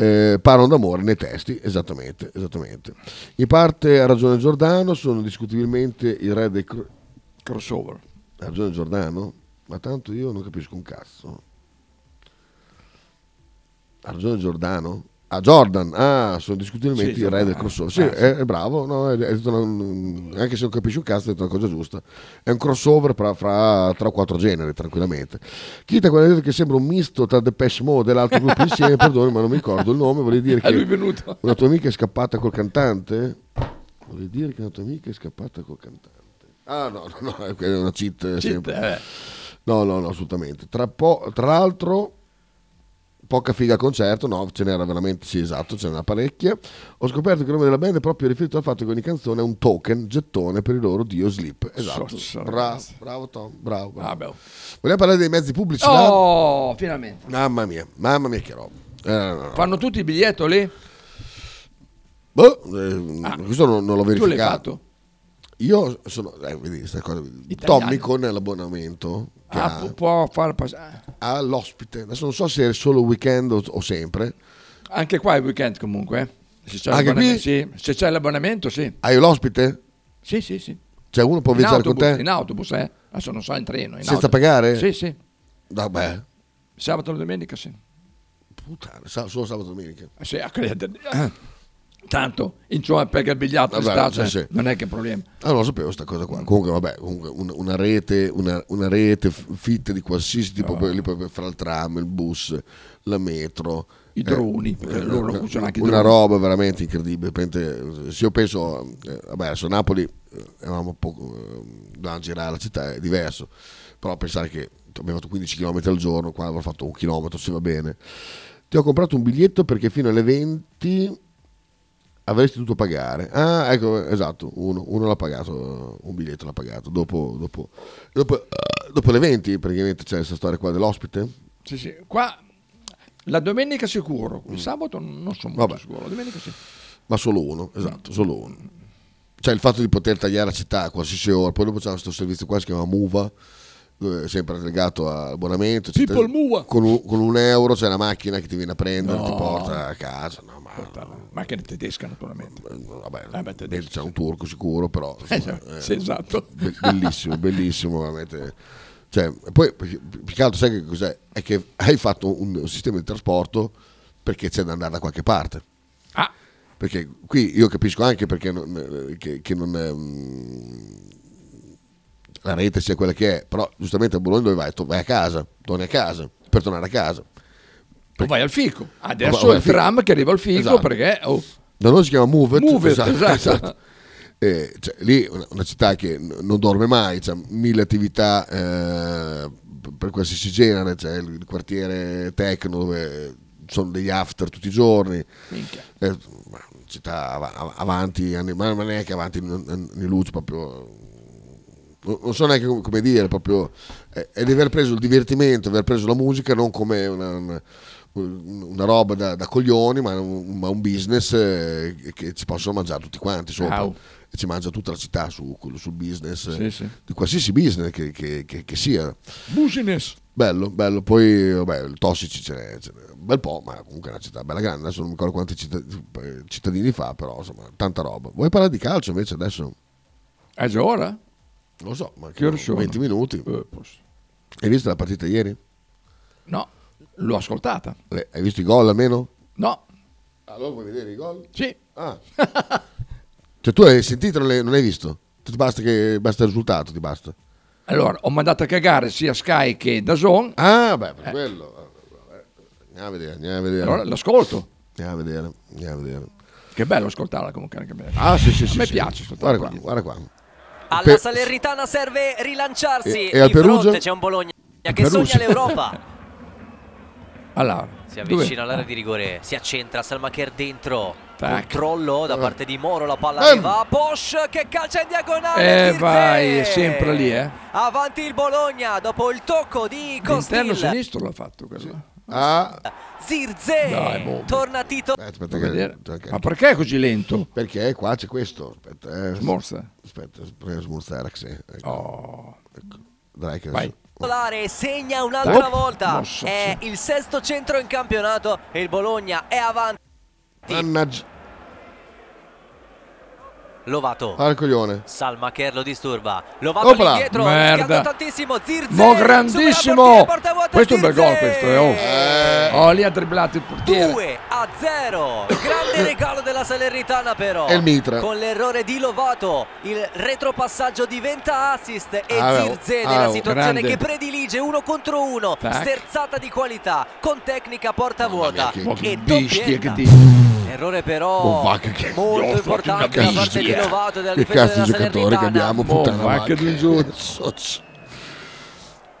[SPEAKER 19] Eh, parlano d'amore nei testi, esattamente, esattamente. In parte ha ragione Giordano, sono discutibilmente il re dei cro-
[SPEAKER 18] crossover.
[SPEAKER 19] Ha ragione Giordano? Ma tanto io non capisco un cazzo. Ha ragione Giordano? Ah, Jordan, ah, sono discutibilmente
[SPEAKER 23] Sì,
[SPEAKER 19] il re
[SPEAKER 23] Giordano,
[SPEAKER 19] del
[SPEAKER 23] ah,
[SPEAKER 19] crossover.
[SPEAKER 23] ah,
[SPEAKER 19] Sì,
[SPEAKER 23] sì.
[SPEAKER 19] è, è bravo, no, è- è detto una- anche se non capisci un cazzo, è detto una cosa giusta. È un crossover fra, fra- tra quattro generi, tranquillamente. Chita quella detto che sembra un misto tra Depeche Mode e l'altro gruppo insieme, perdoni, ma non mi ricordo il nome, volevo dire
[SPEAKER 18] A lui è
[SPEAKER 19] che
[SPEAKER 18] venuto.
[SPEAKER 19] una tua amica è scappata col cantante? Vuol dire che una tua amica è scappata col cantante. Ah no, no, no, è una cheat, eh, sempre.
[SPEAKER 18] eh.
[SPEAKER 19] No, no, no, assolutamente. Tra, po- tra l'altro, poca figa al concerto, no, ce n'era veramente, sì esatto, ce n'era parecchia. Ho scoperto che il nome della band è proprio riferito al fatto che ogni canzone è un token, gettone per il loro dio Sleep. Esatto.
[SPEAKER 18] Sozzo,
[SPEAKER 19] Bravo,
[SPEAKER 18] ragazzi.
[SPEAKER 19] bravo Tom, bravo. bravo.
[SPEAKER 18] Ah, beh.
[SPEAKER 19] Vogliamo parlare dei mezzi pubblici? là?
[SPEAKER 18] Oh, finalmente.
[SPEAKER 19] Mamma mia, mamma mia che roba. Eh, no, no, no.
[SPEAKER 18] Fanno tutti il biglietto lì?
[SPEAKER 19] Boh, eh, questo non, non l'ho
[SPEAKER 18] Ah. Tu l'hai
[SPEAKER 19] verificato.
[SPEAKER 18] fatto?
[SPEAKER 19] Io sono, eh, vedi, sta cosa,
[SPEAKER 18] Italiano.
[SPEAKER 19] Tommy con l'abbonamento che
[SPEAKER 18] Ah,
[SPEAKER 19] ha,
[SPEAKER 18] pu- può far passare.
[SPEAKER 19] ha l'ospite. Adesso non so se è solo weekend o, o sempre.
[SPEAKER 18] Anche qua è weekend comunque. eh. Se c'è,
[SPEAKER 19] Anche
[SPEAKER 18] l'abbonamento,
[SPEAKER 19] qui?
[SPEAKER 18] sì. Se c'è l'abbonamento, sì.
[SPEAKER 19] Hai l'ospite?
[SPEAKER 18] Sì, sì, sì.
[SPEAKER 19] Cioè uno può
[SPEAKER 18] in
[SPEAKER 19] viaggiare con
[SPEAKER 18] autobus,
[SPEAKER 19] te?
[SPEAKER 18] in autobus, eh. Adesso non so, in treno. in
[SPEAKER 19] Senza
[SPEAKER 18] autobus.
[SPEAKER 19] pagare?
[SPEAKER 18] Sì, sì.
[SPEAKER 19] Vabbè,
[SPEAKER 18] Sabato e domenica, sì.
[SPEAKER 19] puttana, sa- solo sabato e domenica.
[SPEAKER 18] Eh, Sì, a credere. Tanto, insomma, perché il biglietto è
[SPEAKER 19] Vabbè,
[SPEAKER 18] stato,
[SPEAKER 19] sì, sì.
[SPEAKER 18] non è che problema.
[SPEAKER 19] Ah, non lo sapevo sta cosa qua. Comunque, vabbè, comunque un- una rete, una, una rete f- fitta di qualsiasi tipo,
[SPEAKER 18] Ah.
[SPEAKER 19] per- lì per- fra il tram, il bus, la metro.
[SPEAKER 18] I droni, perché loro
[SPEAKER 19] una-
[SPEAKER 18] usano anche i
[SPEAKER 19] Una
[SPEAKER 18] droni.
[SPEAKER 19] roba veramente incredibile. Veramente, eh, Se io penso, eh, vabbè, adesso Napoli, eh, eravamo poco, eh, dovevamo girare la città, è diverso. Però pensare che abbiamo fatto 15 km al giorno, qua avrò fatto un chilometro, se va bene. Ti ho comprato un biglietto perché fino alle 20 avresti dovuto pagare. Ah, ecco, esatto, uno, uno l'ha pagato, un biglietto l'ha pagato, dopo, dopo, dopo, dopo le 20 praticamente c'è questa storia qua dell'ospite.
[SPEAKER 18] Sì, sì. Qua La domenica sicuro, il sabato non sono molto
[SPEAKER 19] Mm. Vabbè.
[SPEAKER 18] sicuro, la domenica sì.
[SPEAKER 19] Ma solo uno, esatto, solo uno. Cioè il fatto di poter tagliare la città a qualsiasi ora, poi dopo c'è questo servizio qua, si chiama Muva, eh, sempre legato all'abbonamento. eccetera.
[SPEAKER 18] People Muva.
[SPEAKER 19] Con un, con un euro c'è la macchina che ti viene a prendere,
[SPEAKER 18] No.
[SPEAKER 19] ti porta a casa. No, ma...
[SPEAKER 18] Macchina tedesca naturalmente.
[SPEAKER 19] Ah. Vabbè, beh, c'è un turco sicuro, però...
[SPEAKER 18] Eh, sì, esatto.
[SPEAKER 19] be- bellissimo, bellissimo, veramente. Cioè, poi più più che altro sai che cos'è? È che hai fatto un, un sistema di trasporto perché c'è da andare da qualche parte.
[SPEAKER 18] Ah,
[SPEAKER 19] Perché qui io capisco anche perché non- eh, che, che non, ehm, la rete sia quella che è, però giustamente a Bologna dove vai? Tu vai a casa, torni a casa, per tornare a casa.
[SPEAKER 18] O vai al fico.
[SPEAKER 19] O
[SPEAKER 18] Adesso
[SPEAKER 19] vai
[SPEAKER 18] il
[SPEAKER 19] al fico.
[SPEAKER 18] tram che arriva al fico
[SPEAKER 19] Esatto.
[SPEAKER 18] perché oh,
[SPEAKER 19] Da noi si chiama Move.
[SPEAKER 18] Move It, esatto.
[SPEAKER 19] Eh, cioè, lì è una, una città che n- non dorme mai, c'è mille attività eh, p- per qualsiasi genere, c'è il, il quartiere tecno dove sono degli after tutti i giorni,
[SPEAKER 18] Minchia.
[SPEAKER 19] Eh, ma città av- av- avanti, anni- ma ma neanche avanti n- n- nei luci proprio... Non non so neanche com- come dire, proprio è, è di aver preso il divertimento, aver preso la musica non come una, una- una roba da, da coglioni, ma un, ma un business eh, che ci possono mangiare tutti quanti sopra.
[SPEAKER 18] Wow.
[SPEAKER 19] E ci mangia tutta la città su, quello- sul business,
[SPEAKER 18] Sì,
[SPEAKER 19] eh,
[SPEAKER 18] sì.
[SPEAKER 19] di qualsiasi business che, che- che- che sia.
[SPEAKER 18] business.
[SPEAKER 19] Bello, bello. Poi, vabbè, il Tossici ce n'è, ce n'è un bel po', ma comunque è una città bella grande. Adesso non mi ricordo quanti città- eh, cittadini fa, però insomma, tanta roba. Vuoi parlare di calcio invece adesso?
[SPEAKER 18] È già ora?
[SPEAKER 19] Lo so, ma
[SPEAKER 18] Che ore sono? Eh,
[SPEAKER 19] 20 minuti. Hai visto la partita ieri?
[SPEAKER 18] No, l'ho ascoltata.
[SPEAKER 19] Le- Hai visto i gol almeno?
[SPEAKER 18] No.
[SPEAKER 19] Allora Ah, vuoi vedere i gol?
[SPEAKER 18] Sì.
[SPEAKER 19] Ah. Cioè tu hai sentito, non l'hai, non l'hai visto? Ti basta, che, basta il risultato, ti basta.
[SPEAKER 18] Allora, ho mandato a cagare sia Sky che Dazon.
[SPEAKER 19] Ah, beh, per quello. Andiamo a vedere, andiamo a vedere.
[SPEAKER 18] Eh. Allora, l'ascolto.
[SPEAKER 19] Andiamo a vedere, andiamo a vedere.
[SPEAKER 18] Che bello ascoltarla comunque anche bene.
[SPEAKER 19] Ah, sì, sì,
[SPEAKER 18] a
[SPEAKER 19] sì.
[SPEAKER 18] me
[SPEAKER 19] sì.
[SPEAKER 18] piace ascoltarla.
[SPEAKER 19] Guarda qua, guarda qua.
[SPEAKER 11] Alla
[SPEAKER 19] Per-
[SPEAKER 11] Salernitana serve rilanciarsi.
[SPEAKER 19] E- e al
[SPEAKER 11] Di fronte
[SPEAKER 19] Perugia?
[SPEAKER 11] c'è un Bologna
[SPEAKER 19] Al
[SPEAKER 11] che
[SPEAKER 19] Perugia.
[SPEAKER 11] sogna l'Europa.
[SPEAKER 18] Allora,
[SPEAKER 11] Si avvicina all'area di rigore, si accentra Salmacher dentro.
[SPEAKER 18] Ah. Tac. Ah.
[SPEAKER 11] Controllo da parte di Moro, la palla
[SPEAKER 18] Ehm.
[SPEAKER 11] arriva a Bosch che calcia in diagonale.
[SPEAKER 18] E
[SPEAKER 11] Tirze.
[SPEAKER 18] vai, è sempre lì, eh.
[SPEAKER 11] Avanti il Bologna dopo il tocco di
[SPEAKER 18] L'interno
[SPEAKER 11] Costil.
[SPEAKER 18] sinistro l'ha fatto quello. eh.
[SPEAKER 19] Ah,
[SPEAKER 11] Zirze.
[SPEAKER 18] Dai, boh.
[SPEAKER 11] Torna Tito.
[SPEAKER 19] aspetta
[SPEAKER 18] Vuoi
[SPEAKER 19] che...
[SPEAKER 18] vedere? Ma perché è così lento?
[SPEAKER 19] Perché qua c'è questo. Aspetta, eh.
[SPEAKER 18] Smorza. Oh.
[SPEAKER 19] Aspetta, prima smorzare. Sì. Ecco. Ecco. Dai che
[SPEAKER 18] Vai.
[SPEAKER 19] adesso-
[SPEAKER 11] Solare segna un'altra
[SPEAKER 19] Oh,
[SPEAKER 11] volta.
[SPEAKER 19] mossa,
[SPEAKER 11] è il sesto centro in campionato e il Bologna è avanti.
[SPEAKER 19] Mannaggia.
[SPEAKER 11] Lovato.
[SPEAKER 18] Ah.
[SPEAKER 19] Guarda il coglione.
[SPEAKER 11] Salmacher lo disturba. Lovato
[SPEAKER 19] Opla.
[SPEAKER 11] indietro.
[SPEAKER 19] Merda.
[SPEAKER 11] rischiando tantissimo. Zirze.
[SPEAKER 18] Mo
[SPEAKER 11] supera il
[SPEAKER 18] grandissimo!
[SPEAKER 11] portiere, porta
[SPEAKER 18] Questo è un bel
[SPEAKER 11] Zirze.
[SPEAKER 18] gol questo, eh, oh. Oh, lì ha dribblato il portiere.
[SPEAKER 11] 2 a 0. Grande regalo della Salernitana però.
[SPEAKER 18] E il Mitra.
[SPEAKER 11] Con l'errore di Lovato, il retropassaggio diventa assist e
[SPEAKER 18] Ah, oh,
[SPEAKER 11] Zirze
[SPEAKER 18] ah,
[SPEAKER 11] nella
[SPEAKER 18] oh,
[SPEAKER 11] situazione
[SPEAKER 18] grande.
[SPEAKER 11] che predilige uno contro uno,
[SPEAKER 18] Tac.
[SPEAKER 11] sterzata di qualità, con tecnica porta vuota
[SPEAKER 18] che- che
[SPEAKER 11] e
[SPEAKER 18] bestie
[SPEAKER 11] doppietta.
[SPEAKER 18] che dici.
[SPEAKER 11] Errore però
[SPEAKER 19] Oh, va, che- che-
[SPEAKER 11] molto
[SPEAKER 19] oh,
[SPEAKER 11] importante
[SPEAKER 19] che
[SPEAKER 11] da parte di
[SPEAKER 19] schifo.
[SPEAKER 11] Lovato e della
[SPEAKER 19] Che
[SPEAKER 11] difesa
[SPEAKER 19] cazzo
[SPEAKER 11] della
[SPEAKER 19] di giocatore che
[SPEAKER 11] Salernitana. Boh,
[SPEAKER 19] abbiamo, puttana
[SPEAKER 18] va, che
[SPEAKER 19] vacca.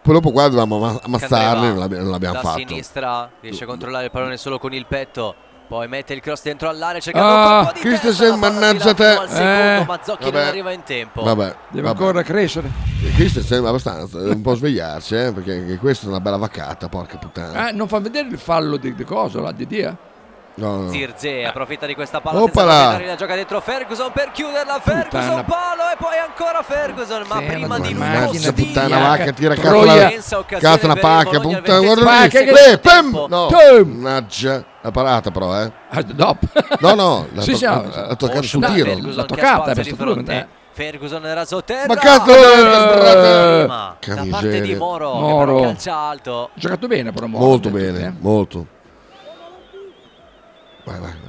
[SPEAKER 19] Poi dopo qua dovevamo amma- ammazzarli, non l'abbia- non l'abbiamo
[SPEAKER 11] da
[SPEAKER 19] fatto.
[SPEAKER 11] sinistra riesce a controllare il pallone solo con il petto. Poi mette il cross dentro all'area cercando
[SPEAKER 19] Ah,
[SPEAKER 11] un colpo di testa,
[SPEAKER 19] Christensen,
[SPEAKER 11] la palla
[SPEAKER 19] mannaggia
[SPEAKER 11] fila fino
[SPEAKER 19] te.
[SPEAKER 11] al secondo,
[SPEAKER 19] Eh,
[SPEAKER 11] Mazzocchi non
[SPEAKER 19] vabbè.
[SPEAKER 11] arriva in tempo.
[SPEAKER 19] Vabbè.
[SPEAKER 18] Deve
[SPEAKER 19] vabbè.
[SPEAKER 18] ancora crescere.
[SPEAKER 19] E Questo sembra abbastanza, deve un po' svegliarsi, eh, perché anche questa è una bella vaccata, porca puttana.
[SPEAKER 18] Eh, non fa vedere il fallo di, di cosa, là, di Dia?
[SPEAKER 19] No, no.
[SPEAKER 11] Zirze approfitta di questa palla
[SPEAKER 19] Oppala.
[SPEAKER 11] senza completare, la gioca dentro Ferguson per chiuderla Ferguson
[SPEAKER 19] Puttana.
[SPEAKER 11] palo e poi ancora Ferguson ma prima di lui
[SPEAKER 19] Mannaggia puttana
[SPEAKER 11] Ostia.
[SPEAKER 19] vacca, tira cazzo
[SPEAKER 11] Troia.
[SPEAKER 19] la,
[SPEAKER 11] Immensa occasione
[SPEAKER 19] cazzo una
[SPEAKER 11] per il
[SPEAKER 19] pacca,
[SPEAKER 11] Bologna al
[SPEAKER 19] puttana, guarda
[SPEAKER 11] ventesimo secondo
[SPEAKER 19] lì, che- pem,
[SPEAKER 11] tempo.
[SPEAKER 19] no,
[SPEAKER 18] Pem.
[SPEAKER 19] mannaggia, l'ha parata però, eh.
[SPEAKER 18] No,
[SPEAKER 19] no, no, l'ha,
[SPEAKER 18] Ah, Sì,
[SPEAKER 19] to-
[SPEAKER 18] sì, no,
[SPEAKER 19] l'ha toccata sul
[SPEAKER 11] Dai,
[SPEAKER 19] tiro.
[SPEAKER 11] Ferguson
[SPEAKER 18] L'ha
[SPEAKER 11] che ha
[SPEAKER 18] toccata,
[SPEAKER 11] spazio
[SPEAKER 18] eh,
[SPEAKER 11] di
[SPEAKER 18] questo
[SPEAKER 11] fronte.
[SPEAKER 18] punto,
[SPEAKER 11] Ferguson era sotterra
[SPEAKER 19] Ma cazzo,
[SPEAKER 11] Eh,
[SPEAKER 19] eh,
[SPEAKER 11] ma
[SPEAKER 19] che
[SPEAKER 11] da parte di
[SPEAKER 19] miseria.
[SPEAKER 11] Moro,
[SPEAKER 18] Moro.
[SPEAKER 11] che però calcia alto
[SPEAKER 18] Ha giocato bene però Moro,
[SPEAKER 19] Molto
[SPEAKER 18] ho detto,
[SPEAKER 19] bene,
[SPEAKER 18] eh.
[SPEAKER 19] molto.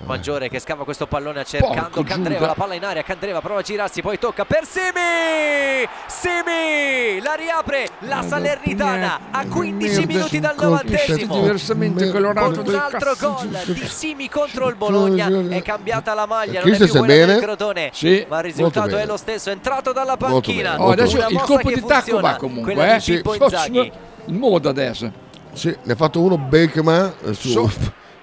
[SPEAKER 11] Maggiore che scava questo pallone cercando
[SPEAKER 19] Porco
[SPEAKER 11] Candreva,
[SPEAKER 19] Giuda.
[SPEAKER 11] la palla in aria, Candreva prova a girarsi, poi tocca per Simi! Simi! La riapre la Salernitana a 15 minuti dal novantesimo.
[SPEAKER 18] Diversamente colorato
[SPEAKER 11] Con un altro gol di Simi contro il Bologna è cambiata la maglia, non è più
[SPEAKER 19] Christensen
[SPEAKER 11] quella del
[SPEAKER 19] bene?
[SPEAKER 11] Crotone,
[SPEAKER 19] Sì.
[SPEAKER 11] ma il
[SPEAKER 19] Molto
[SPEAKER 11] risultato
[SPEAKER 19] bene.
[SPEAKER 11] è lo stesso, è entrato dalla
[SPEAKER 19] Molto
[SPEAKER 11] panchina.
[SPEAKER 19] bene, Oh, molto adesso bene.
[SPEAKER 11] Una
[SPEAKER 19] il
[SPEAKER 11] mossa
[SPEAKER 18] colpo
[SPEAKER 11] che
[SPEAKER 18] di tacco
[SPEAKER 11] funziona,
[SPEAKER 18] va comunque,
[SPEAKER 11] quella
[SPEAKER 18] eh.
[SPEAKER 11] di Pippo
[SPEAKER 18] Sì.
[SPEAKER 11] Inzaghi.
[SPEAKER 18] Il modo adesso.
[SPEAKER 19] Sì, ne ha fatto uno Beckman eh, su,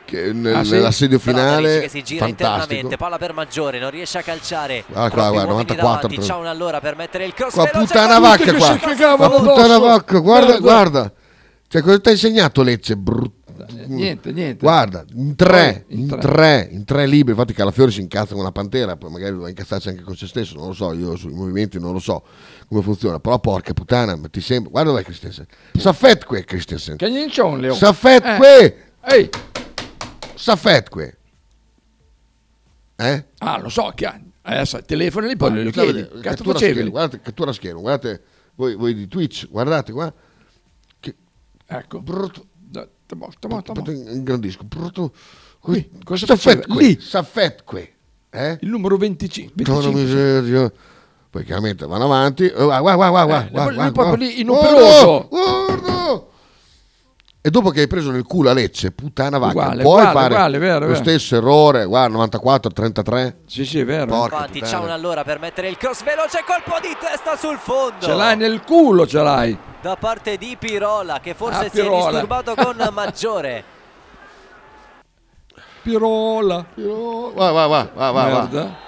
[SPEAKER 19] che nel-
[SPEAKER 18] Ah, sì?
[SPEAKER 19] nell'assedio
[SPEAKER 11] Bradaric
[SPEAKER 19] finale,
[SPEAKER 11] che si gira
[SPEAKER 19] fantastico.
[SPEAKER 11] internamente, palla per Maggiore, non riesce a calciare.
[SPEAKER 19] Guarda qua,
[SPEAKER 11] Troppi
[SPEAKER 19] guarda,
[SPEAKER 11] uomini
[SPEAKER 19] 94
[SPEAKER 11] davanti,
[SPEAKER 19] tra-
[SPEAKER 11] c'ha un allora per mettere il cross
[SPEAKER 19] Qua
[SPEAKER 11] veloce,
[SPEAKER 19] puttana
[SPEAKER 11] poi-
[SPEAKER 19] vacca qua. Ma puttana vacca, guarda, guarda. Cioè, cosa ti ha insegnato Lecce? Brutta
[SPEAKER 18] basta. Niente, niente.
[SPEAKER 19] Guarda, in tre,
[SPEAKER 18] Poi, in
[SPEAKER 19] in
[SPEAKER 18] tre.
[SPEAKER 19] tre, in tre libri. Infatti, Calafiori si incazza con la pantera, poi magari doveva incazzarsi anche con se stesso. Non lo so, io sui movimenti non lo so come funziona. Però, porca puttana, ma ti sembra. Guarda dov'è Christensen. Saffet qui, Christensen.
[SPEAKER 18] Che gli c'ho un leone.
[SPEAKER 19] Saffet
[SPEAKER 18] Eh.
[SPEAKER 19] qui,
[SPEAKER 18] Ehi,
[SPEAKER 19] Saffet qui. Eh?
[SPEAKER 18] ah, lo so, che adesso telefono lì, poi glielo
[SPEAKER 19] Guarda,
[SPEAKER 18] chiedi.
[SPEAKER 19] guardate,
[SPEAKER 18] Cazzo
[SPEAKER 19] Ah, cattura
[SPEAKER 18] facevi?
[SPEAKER 19] schermo, guardate, cattura schermo, guardate voi, voi di Twitch, guardate qua. Che
[SPEAKER 18] ecco.
[SPEAKER 19] Brutto.
[SPEAKER 18] Tamo, tamo, tamo.
[SPEAKER 19] Ingrandisco. Brutto.
[SPEAKER 18] Qui, cosa faceva?
[SPEAKER 19] Saffet qui.
[SPEAKER 18] Lì.
[SPEAKER 19] Saffet qui. Eh?
[SPEAKER 18] Il numero 25.
[SPEAKER 19] Madonna
[SPEAKER 18] 25 sì.
[SPEAKER 19] miseria. Poi chiaramente vanno avanti. Oh, Guarda, guarda, guarda, guarda,
[SPEAKER 18] Eh,
[SPEAKER 19] guarda,
[SPEAKER 18] lui
[SPEAKER 19] guarda,
[SPEAKER 18] proprio
[SPEAKER 19] guarda.
[SPEAKER 18] lì inoperoso.
[SPEAKER 19] Guarda, guarda. E dopo che hai preso nel culo a Lecce, puttana vacca,
[SPEAKER 18] Uguale,
[SPEAKER 19] puoi
[SPEAKER 18] uguale,
[SPEAKER 19] fare
[SPEAKER 18] uguale, vero,
[SPEAKER 19] lo
[SPEAKER 18] vero.
[SPEAKER 19] stesso errore, guarda, 94, 33.
[SPEAKER 18] Sì, sì, è vero.
[SPEAKER 19] Porca
[SPEAKER 11] Infatti,
[SPEAKER 19] puttana.
[SPEAKER 11] c'ha un allora per mettere il cross veloce, colpo di testa sul fondo.
[SPEAKER 18] Ce l'hai nel culo, ce l'hai.
[SPEAKER 11] Da parte di Pirola, che forse
[SPEAKER 18] Ah,
[SPEAKER 11] si è
[SPEAKER 18] Pirola.
[SPEAKER 11] disturbato con Maggiore.
[SPEAKER 18] Pirola.
[SPEAKER 19] Va, va, va, va, va, va.
[SPEAKER 18] Merda.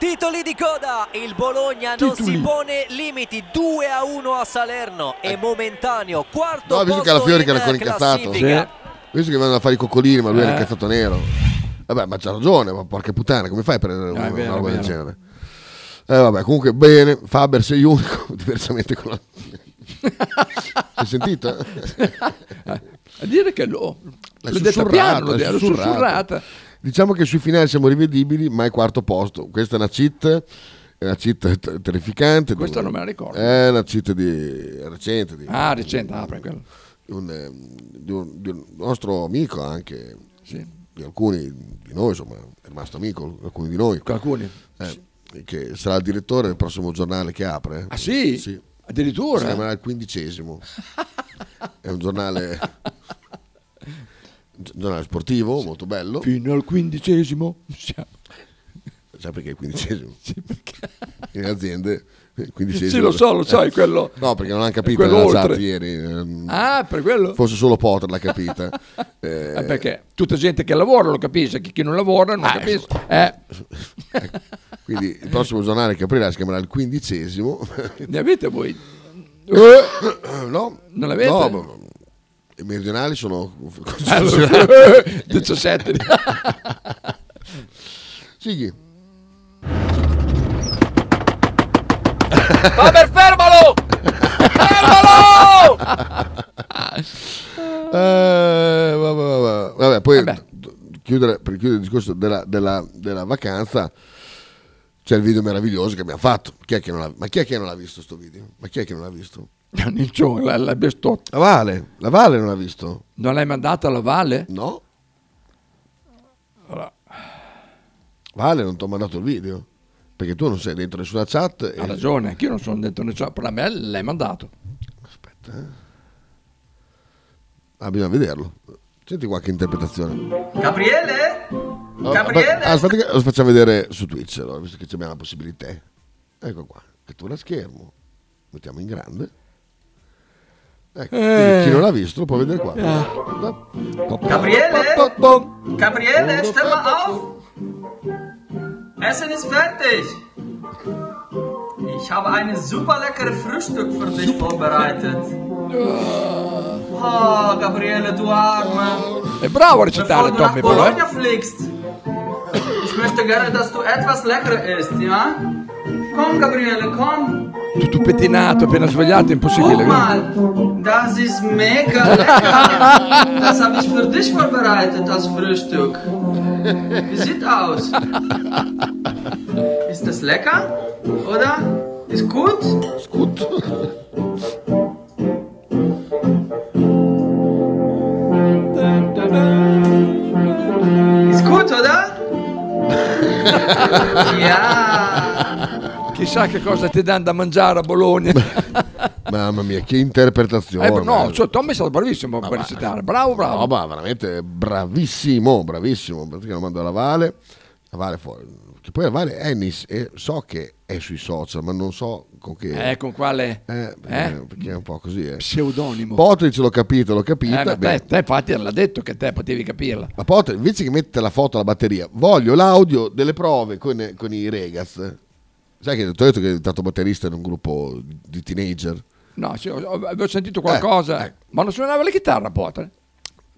[SPEAKER 11] Titoli di coda, il Bologna non si pone limiti, 2 a 1 a Salerno e momentaneo quarto
[SPEAKER 19] Ecco. No, ho visto
[SPEAKER 11] posto
[SPEAKER 19] Calafiori
[SPEAKER 11] in
[SPEAKER 19] che era ancora incazzato.
[SPEAKER 11] classifica.
[SPEAKER 19] Ho visto che vanno a fare i coccolini, ma lui
[SPEAKER 18] Eh.
[SPEAKER 19] era incazzato nero. Vabbè, ma c'ha ragione, ma porca puttana, come fai a prendere una,
[SPEAKER 18] Eh, è vero,
[SPEAKER 19] una roba
[SPEAKER 18] è
[SPEAKER 19] del
[SPEAKER 18] vero.
[SPEAKER 19] genere? Eh, vabbè, comunque bene, Faber sei unico, diversamente con la... Hai sentito?
[SPEAKER 18] A dire che lo...
[SPEAKER 19] L'hai
[SPEAKER 18] L'ho detto
[SPEAKER 19] sussurrata,
[SPEAKER 18] piano, l'ho
[SPEAKER 19] l'hai
[SPEAKER 18] detto, l'ho
[SPEAKER 19] sussurrata.
[SPEAKER 18] sussurrata.
[SPEAKER 19] Diciamo che sui finali siamo rivedibili, ma è quarto posto. Questa è una cheat, è una cheat ter- terrificante.
[SPEAKER 18] Questa
[SPEAKER 19] Dove-
[SPEAKER 18] non me la ricordo.
[SPEAKER 19] È una cheat di- recente. Di,
[SPEAKER 18] Ah, recente, ah, per quello.
[SPEAKER 19] un, eh, di, un, di un nostro amico anche,
[SPEAKER 18] Sì.
[SPEAKER 19] di alcuni di noi, insomma, è rimasto amico, alcuni di noi.
[SPEAKER 18] Alcuni.
[SPEAKER 19] Eh, Che sarà il direttore del prossimo giornale che apre.
[SPEAKER 18] Ah, sì? Addirittura?
[SPEAKER 19] Si chiamerà il quindicesimo. è un giornale... un giornale sportivo, molto bello.
[SPEAKER 18] Fino al quindicesimo. siamo-
[SPEAKER 19] Sai perché il quindicesimo? In aziende il quindicesimo. Eh,
[SPEAKER 18] Sì, lo so, lo sai, quello-
[SPEAKER 19] No, perché non hanno capito
[SPEAKER 18] quello
[SPEAKER 19] nella chat
[SPEAKER 18] oltre.
[SPEAKER 19] ieri. ehm,
[SPEAKER 18] Ah, per quello?
[SPEAKER 19] Forse solo Potter l'ha capita. Eh,
[SPEAKER 18] Eh, perché tutta gente che lavora lo capisce, chi, chi non lavora non capisce. Eh,
[SPEAKER 19] Quindi il prossimo giornale che aprirà si chiamerà il quindicesimo.
[SPEAKER 18] ne avete voi?
[SPEAKER 19] no,
[SPEAKER 18] Non l'avete? Ah,
[SPEAKER 19] No, ma- i meridionali sono
[SPEAKER 18] Eh, Allora, 17.
[SPEAKER 19] Sighi.
[SPEAKER 3] Faber, fermalo! Fermalo!
[SPEAKER 19] Eh, vabbè, vabbè. Vabbè, poi
[SPEAKER 18] Vabbè.
[SPEAKER 19] t- chiudere- per chiudere il discorso della, della- della vacanza c'è il video meraviglioso che abbiamo fatto. Chi è che non l'ha, ma chi è che non l'ha visto sto video? Ma chi è che non l'ha visto?
[SPEAKER 18] Cioè, la, la bestotta.
[SPEAKER 19] La Vale, la Vale non l'ha visto?
[SPEAKER 18] Non l'hai mandata alla Vale?
[SPEAKER 19] No.
[SPEAKER 18] Allora,
[SPEAKER 19] Vale, non ti ho mandato il video perché tu non sei dentro nessuna chat. e-
[SPEAKER 18] ha ragione, anch'io non sono dentro nessuno, però a me l'hai mandato.
[SPEAKER 19] eh. Ah, bisogna vederlo. Senti qua che interpretazione.
[SPEAKER 3] Gabriele?
[SPEAKER 19] Aspetta, aspetta che lo facciamo vedere su Twitch, allora, visto che abbiamo la possibilità. Ecco qua, cattura schermo. Mettiamo in grande. Ecco,
[SPEAKER 18] Eh.
[SPEAKER 19] quindi chi non l'ha visto lo può vedere qua.
[SPEAKER 18] Ah.
[SPEAKER 3] Gabriele? Gabriele, stell mal auf! Essen ist fertig! Ich habe ein super leckeres Frühstück für dich vorbereitet. Oh, Gabriele, du Arme!
[SPEAKER 18] È bravo a recitare
[SPEAKER 3] Bevor du nach
[SPEAKER 18] Tommy, però.
[SPEAKER 3] Bologna
[SPEAKER 18] eh.
[SPEAKER 3] fliegst, ich möchte gerne, dass du etwas leckeres isst, ja? Komm, Gabriele, komm!
[SPEAKER 18] Tutto pettinato, appena svegliato, è impossibile.
[SPEAKER 3] Guck mal, das ist mega lecker. Das habe ich für dich vorbereitet, das Frühstück. Wie sieht aus? Ist das lecker? Oder? Ist gut? Ist
[SPEAKER 19] gut.
[SPEAKER 3] Ist gut, oder? ja.
[SPEAKER 18] Chissà che cosa ti danno da mangiare a Bologna.
[SPEAKER 19] Mamma mia, che interpretazione.
[SPEAKER 18] Eh, no, cioè, Tommy è stato bravissimo a
[SPEAKER 19] ma-
[SPEAKER 18] recitare. Bravo, bravo.
[SPEAKER 19] No, ma veramente bravissimo, bravissimo. Perché lo mando alla Vale. La Vale fuori. Che poi la Vale è nei- eh, so che è sui social, ma non so con che...
[SPEAKER 18] Eh, con quale
[SPEAKER 19] Eh,
[SPEAKER 18] eh?
[SPEAKER 19] perché è un po' così. Eh.
[SPEAKER 18] pseudonimo?
[SPEAKER 19] Potric l'ho capito, l'ho capita.
[SPEAKER 18] Eh, ma
[SPEAKER 19] bene.
[SPEAKER 18] te, te infatti l'ha detto che te potevi capirla.
[SPEAKER 19] Ma Potter, invece che mettere la foto alla batteria, voglio l'audio delle prove con, con i Regaz. Sai che ti ho detto che è diventato batterista in un gruppo di teenager? Eh,
[SPEAKER 18] No, sì, ho- ho- avevo sentito qualcosa, ma non suonava la chitarra Potter.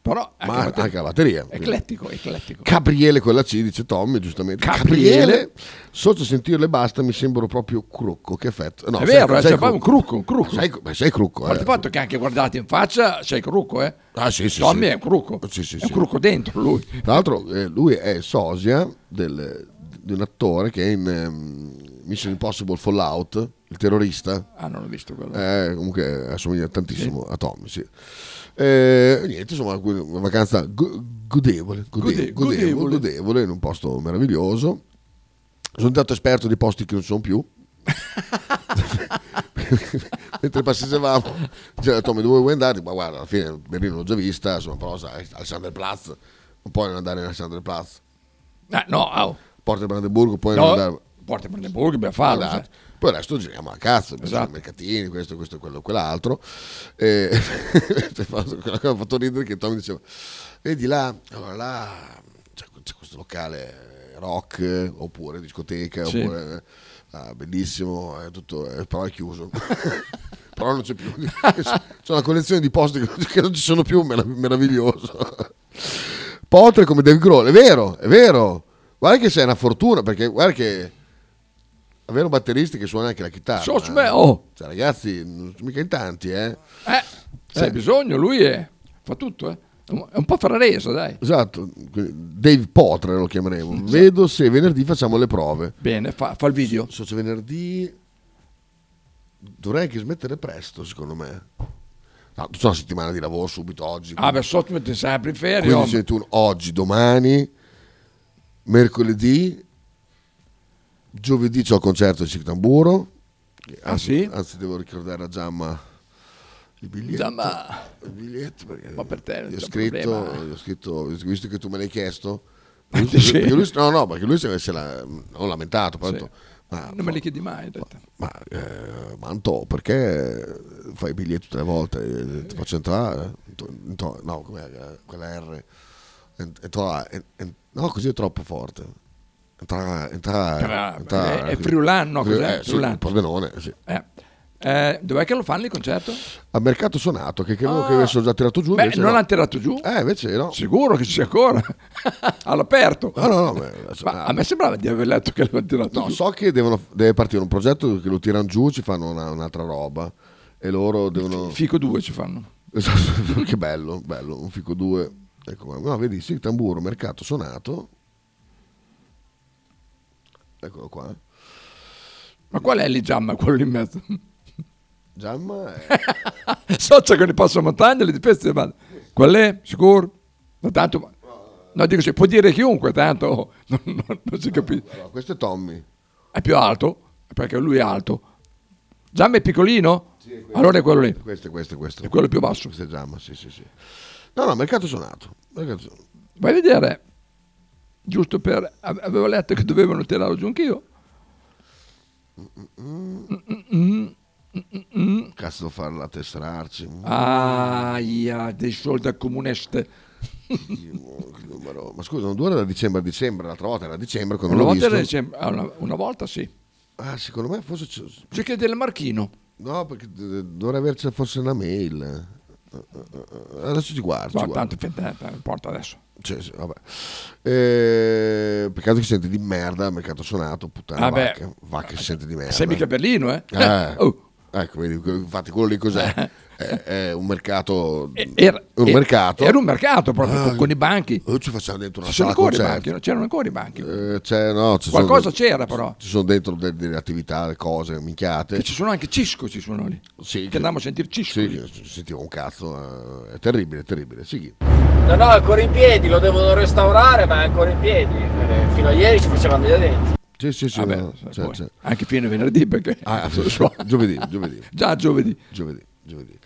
[SPEAKER 18] Però
[SPEAKER 19] Ma anche, la batteria. quindi.
[SPEAKER 18] Eclettico, eclettico.
[SPEAKER 19] Capriele con la C, dice Tommy, giustamente.
[SPEAKER 18] Capriele?
[SPEAKER 19] Capriele, sotto sentirle basta, mi sembra proprio crucco. Che effetto. No,
[SPEAKER 18] è
[SPEAKER 19] sei-
[SPEAKER 18] vero, eh,
[SPEAKER 19] sei
[SPEAKER 18] cioè, proprio un crucco, un crucco.
[SPEAKER 19] Sei, ma sei crucco,
[SPEAKER 18] A parte
[SPEAKER 19] eh.
[SPEAKER 18] il fatto che anche guardato in faccia sei crucco, eh.
[SPEAKER 19] Ah, sì, sì,
[SPEAKER 18] Tommy
[SPEAKER 19] sì.
[SPEAKER 18] è un crucco.
[SPEAKER 19] Sì, sì,
[SPEAKER 18] è
[SPEAKER 19] sì.
[SPEAKER 18] un crucco dentro lui.
[SPEAKER 19] Tra l'altro, eh, lui è sosia del- di un attore che è in ehm, Mission Impossible Fallout, il terrorista.
[SPEAKER 18] Ah, non l'ho visto quello.
[SPEAKER 19] Eh, comunque assomiglia tantissimo a Tommy. Sì. Eh, niente, insomma, que- una vacanza go- godevole,
[SPEAKER 18] Gode-
[SPEAKER 19] gode- godevole,
[SPEAKER 18] godevole.
[SPEAKER 19] godevole, in un posto meraviglioso. Sono diventato esperto di posti che non ci sono più. Mentre passeggiavamo, diceva Tommy dove vuoi andare? Ma guarda, alla fine Berlino l'ho già vista, insomma, però sai, Alexanderplatz, non puoi non andare in Alexanderplatz.
[SPEAKER 18] Ah, no, au.
[SPEAKER 19] Porta Brandeburgo, puoi
[SPEAKER 18] No,
[SPEAKER 19] non andare...
[SPEAKER 18] Porta Brandeburgo, Befana.
[SPEAKER 19] Esatto. Poi il resto giriamo a cazzo, bisogna i mercatini, questo, questo, quello, quell'altro. E quello che mi ha fatto ridere è che Tommy diceva, vedi là, allora là c'è, c'è questo locale rock, eh, oppure discoteca,
[SPEAKER 18] Sì.
[SPEAKER 19] oppure, eh, ah, bellissimo, è tutto, eh, però è chiuso. però non c'è più. c'è una collezione di posti che non- che non ci sono più, merav- meraviglioso. Potre come Dave Grohl, è vero, è vero. Guarda che sei una fortuna, perché guarda che avere un batterista che suona anche la chitarra.
[SPEAKER 18] So,
[SPEAKER 19] eh.
[SPEAKER 18] cioè, oh.
[SPEAKER 19] Cioè, ragazzi, non sono mica in tanti, eh.
[SPEAKER 18] Se hai bisogno, lui è- fa tutto, eh. È un- È un po' ferrarese, dai.
[SPEAKER 19] Esatto, Dave Potre lo chiameremo. Vedo se venerdì facciamo le prove.
[SPEAKER 18] Bene, fa, fa il video.
[SPEAKER 19] So se venerdì dovrei anche smettere presto, secondo me. No, tutta una settimana di lavoro subito oggi.
[SPEAKER 18] Ah, beh, sotto metti sempre in ferie.
[SPEAKER 19] 15
[SPEAKER 18] oh.
[SPEAKER 19] 21, oggi, domani, mercoledì, giovedì c'ho il concerto di Cictamburo.
[SPEAKER 18] Ah,
[SPEAKER 19] Anzi, anzi, devo ricordare a Giamma il biglietto.
[SPEAKER 18] Giamma.
[SPEAKER 19] Il biglietto perché
[SPEAKER 18] Ma per te non
[SPEAKER 19] gli ho
[SPEAKER 18] c'è
[SPEAKER 19] scritto,
[SPEAKER 18] problema.
[SPEAKER 19] gli ho scritto, visto che tu me l'hai chiesto.
[SPEAKER 18] Sì.
[SPEAKER 19] Lui, perché lui- no, no, perché lui se se l'ha ho lamentato. Poi ho
[SPEAKER 18] Sì.
[SPEAKER 19] detto, ma,
[SPEAKER 18] Non me li chiedi mai. in realtà.
[SPEAKER 19] ma eh, Manto, perché fai i biglietti tutte le volte? Eh, Ti faccio entrare? Ento- ento- no, com'è, eh, quella R. En- entra- en- en- no, così è troppo forte. Entrare,
[SPEAKER 18] Tra-
[SPEAKER 19] entrare, entrare.
[SPEAKER 18] è- è friulano, no, cos'è?
[SPEAKER 19] Eh, sì,
[SPEAKER 18] Friulano.
[SPEAKER 19] il Pordenone, sì.
[SPEAKER 18] Eh. Eh, dov'è che lo fanno il concerto?
[SPEAKER 19] A mercato sonato, che credevo
[SPEAKER 18] Ah.
[SPEAKER 19] che avessero già tirato giù.
[SPEAKER 18] Beh,
[SPEAKER 19] invece
[SPEAKER 18] non
[SPEAKER 19] no.
[SPEAKER 18] l'hanno tirato giù?
[SPEAKER 19] Eh, invece no.
[SPEAKER 18] Sicuro che ci sia ancora. All'aperto.
[SPEAKER 19] Ah, No, no, no, beh,
[SPEAKER 18] Ma a me sembrava di aver letto che l'hanno tirato
[SPEAKER 19] No,
[SPEAKER 18] giù.
[SPEAKER 19] so che devono, deve partire un progetto che lo tirano giù, ci fanno una- un'altra roba. E loro devono.
[SPEAKER 18] Fico 2 ci fanno.
[SPEAKER 19] Esatto, che bello, bello, un fico 2. Ecco, qua. no, vedi, sì, tamburo, mercato, sonato. Eccolo qua.
[SPEAKER 18] Ma qual è lì Giamma, quello lì in mezzo?
[SPEAKER 19] Giamma è...
[SPEAKER 18] Socia con il passo montagna, le difese di mano. Qual è? Sicuro? Ma tanto... No, dico, se può dire chiunque, tanto oh, non, non- non si capisce.
[SPEAKER 19] Allora, questo è Tommy.
[SPEAKER 18] È più alto, perché lui è alto. Giamma è piccolino? allora è quello lì.
[SPEAKER 19] Questo, questo, questo.
[SPEAKER 18] È quello più basso.
[SPEAKER 19] Questo è Giamma, sì, sì, sì. No, no, mercato sonato. Mercato sonato.
[SPEAKER 18] Vai a vedere. Giusto per... ave- Avevo letto che dovevano tirarlo giù anch'io.
[SPEAKER 19] Cazzo, devo farla tesserarci.
[SPEAKER 18] Ah, ia, dei soldi al comuneste.
[SPEAKER 19] Ma scusa, non dura da dicembre a dicembre, l'altra volta era a dicembre quando
[SPEAKER 18] Una
[SPEAKER 19] l'ho
[SPEAKER 18] volta,
[SPEAKER 19] visto.
[SPEAKER 18] era dicembre- ah, una, una volta sì.
[SPEAKER 19] Ah, secondo me forse c'è...
[SPEAKER 18] C'è che del Marchino.
[SPEAKER 19] No, perché d- dovrei averci forse una mail. Eh, eh, eh, Adesso ti guardo.
[SPEAKER 18] No,
[SPEAKER 19] ti guardo.
[SPEAKER 18] tanto non importa adesso.
[SPEAKER 19] Cioè, sì, vabbè. Eh, peccato che si sente di merda, mercato sonato, puttana
[SPEAKER 18] Vabbè.
[SPEAKER 19] vacca, vacca che si sente di merda.
[SPEAKER 18] Ah, Sei mica Berlino, eh?
[SPEAKER 19] Eh,
[SPEAKER 18] Oh,
[SPEAKER 19] Ecco, vedi, que- infatti quello lì cos'è? È, è un mercato...
[SPEAKER 18] era,
[SPEAKER 19] un
[SPEAKER 18] era-
[SPEAKER 19] mercato.
[SPEAKER 18] Era un mercato proprio
[SPEAKER 19] Ah,
[SPEAKER 18] con, con i banchi.
[SPEAKER 19] eh, ci facciamo dentro una
[SPEAKER 18] Ci sono
[SPEAKER 19] sala
[SPEAKER 18] ancora i
[SPEAKER 19] concerti.
[SPEAKER 18] banchi, no? c'erano ancora i banchi.
[SPEAKER 19] Eh, c'è- no, ci sono-
[SPEAKER 18] Qualcosa c'era, però.
[SPEAKER 19] Ci sono dentro de- delle attività, le cose, minchiate.
[SPEAKER 18] Che ci sono anche Cisco, ci sono lì.
[SPEAKER 19] Sì,
[SPEAKER 18] che andavamo a sentire Cisco.
[SPEAKER 19] Sì, che sentivo un cazzo, eh, è terribile, è terribile. Sì.
[SPEAKER 2] No, no, è ancora in piedi, lo devono restaurare, ma è ancora in piedi. Eh, Fino a ieri ci facevano gli adenti.
[SPEAKER 19] Sì, sì, sì,
[SPEAKER 18] Vabbè,
[SPEAKER 19] no,
[SPEAKER 18] sai,
[SPEAKER 19] c'è-
[SPEAKER 18] poi.
[SPEAKER 19] c'è.
[SPEAKER 18] Anche fino a venerdì perché...
[SPEAKER 19] Ah, giovedì, giovedì.
[SPEAKER 18] Già giovedì.
[SPEAKER 19] Giovedì, giovedì.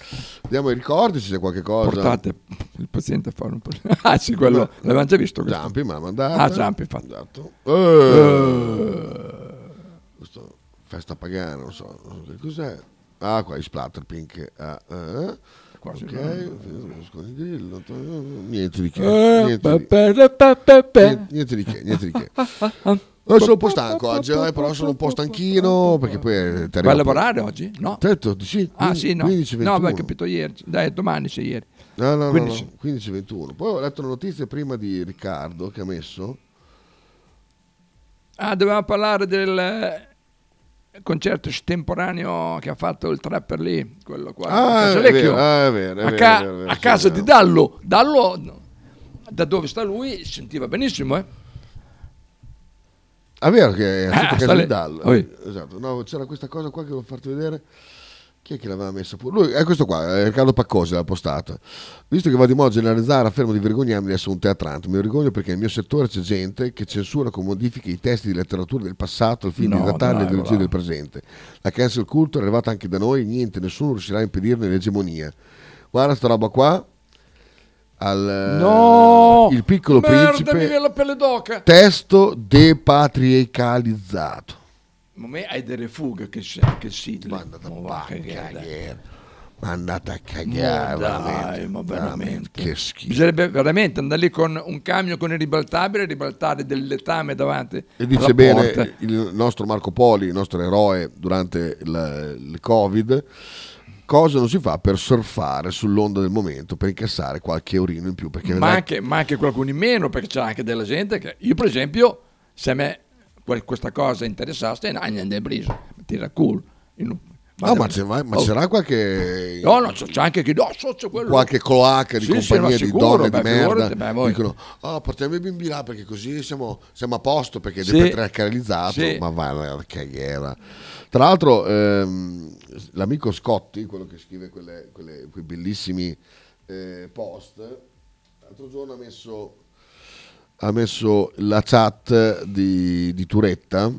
[SPEAKER 19] Vediamo i ricordi se c'è qualche cosa.
[SPEAKER 18] Portate il paziente a fare un... Ah sì, quello, l'avevamo già visto. questo.
[SPEAKER 19] Zampi me l'ha mandata.
[SPEAKER 18] Ah, Zampi, infatti.
[SPEAKER 19] Esatto.
[SPEAKER 18] Eh.
[SPEAKER 19] Questo festa pagana, non so, non so che cos'è. Ah, qua i Splatterpink. Ah, eh.
[SPEAKER 18] Quasi
[SPEAKER 19] ok,
[SPEAKER 18] non-
[SPEAKER 19] con il grillo. Niente di che.
[SPEAKER 18] Eh,
[SPEAKER 19] niente, di,
[SPEAKER 18] pa, pa, pa, pa, pa.
[SPEAKER 19] niente- niente di che, niente di che.
[SPEAKER 18] Ah, ah, ah.
[SPEAKER 19] Eh, sono un po' stanco oggi, eh, però sono un po' stanchino perché poi eh, ti arriva
[SPEAKER 18] Vai a
[SPEAKER 19] un po'-
[SPEAKER 18] lavorare oggi? No.
[SPEAKER 19] Certo, sì.
[SPEAKER 18] Ah sì, no.
[SPEAKER 19] 15,
[SPEAKER 18] no,
[SPEAKER 19] 21.
[SPEAKER 18] ma hai capito ieri. Dai, domani c'è ieri.
[SPEAKER 19] No, no, no,
[SPEAKER 18] 15.
[SPEAKER 19] no, 15-21. Poi ho letto la notizia prima di Riccardo che ha messo.
[SPEAKER 18] Ah, dovevamo parlare del eh, concerto estemporaneo che ha fatto il trapper lì, quello qua.
[SPEAKER 19] Ah,
[SPEAKER 18] a
[SPEAKER 19] è
[SPEAKER 18] Casalecchio.
[SPEAKER 19] vero, ah, è vero,
[SPEAKER 18] a,
[SPEAKER 19] è vero,
[SPEAKER 18] ca-
[SPEAKER 19] è vero, è vero,
[SPEAKER 18] a
[SPEAKER 19] sì,
[SPEAKER 18] casa
[SPEAKER 19] è
[SPEAKER 18] di
[SPEAKER 19] vero.
[SPEAKER 18] Dallo. Dallo, da dove sta lui, sentiva benissimo, eh.
[SPEAKER 19] È vero che è
[SPEAKER 18] Ah,
[SPEAKER 19] stato
[SPEAKER 18] sta lì.
[SPEAKER 19] Casalidal.
[SPEAKER 18] Oi.
[SPEAKER 19] Esatto. No, c'era questa cosa qua che volevo farti vedere. Chi è che l'aveva messa pure? Lui, è questo qua, è Riccardo Paccosi l'ha postato. Visto che vado di moda a generalizzare, affermo di vergognarmi di essere un teatrante. Mi vergogno perché nel mio settore c'è gente che censura con modifiche i testi di letteratura del passato al fine
[SPEAKER 18] No,
[SPEAKER 19] di datarli
[SPEAKER 18] dai,
[SPEAKER 19] alle ideologie
[SPEAKER 18] va.
[SPEAKER 19] del presente. La cancel culture è arrivata anche da noi, niente, nessuno riuscirà a impedirne l'egemonia. Guarda sta roba qua. Al,
[SPEAKER 18] No!
[SPEAKER 19] Eh, il piccolo
[SPEAKER 18] Merda,
[SPEAKER 19] principe
[SPEAKER 18] mi viene la pelle d'oca.
[SPEAKER 19] testo depatriarcalizzato
[SPEAKER 18] Ma me hai delle fughe che si che si
[SPEAKER 19] ma andate a cagare
[SPEAKER 18] Ma dai,
[SPEAKER 19] veramente.
[SPEAKER 18] ma veramente.
[SPEAKER 19] che schifo
[SPEAKER 18] Bisognerebbe veramente andare lì con un camion con il ribaltabile e ribaltare del letame davanti.
[SPEAKER 19] e dice
[SPEAKER 18] alla porta.
[SPEAKER 19] bene il nostro Marco Poli il nostro eroe durante il, il covid cosa non si fa per surfare sull'onda del momento per incassare qualche eurino in più perché
[SPEAKER 18] ma,
[SPEAKER 19] vedrai-
[SPEAKER 18] anche, ma anche qualcuno in meno, perché c'è anche della gente che io, per esempio, se a me quel- questa cosa interessasse, no, ne andrei preso, tira cool. In-
[SPEAKER 19] Ah, ma, c'è- ma- ma
[SPEAKER 18] Oh.
[SPEAKER 19] c'era qualche
[SPEAKER 18] No, no, c'è c'è anche chi no, so, c'è quello.
[SPEAKER 19] qualche cloaca di
[SPEAKER 18] Sì, sì, no,
[SPEAKER 19] compagnia di
[SPEAKER 18] sicuro,
[SPEAKER 19] donne
[SPEAKER 18] beh,
[SPEAKER 19] di merda
[SPEAKER 18] figurati, beh, voi-
[SPEAKER 19] dicono oh, portiamo i bimbi là perché così siamo, siamo a posto perché
[SPEAKER 18] Sì.
[SPEAKER 19] deve essere realizzato
[SPEAKER 18] Sì.
[SPEAKER 19] ma va la caghiera tra l'altro ehm, l'amico Scotti quello che scrive quelle- quelle- quei bellissimi eh, post l'altro giorno ha messo ha messo la chat di, di Turetta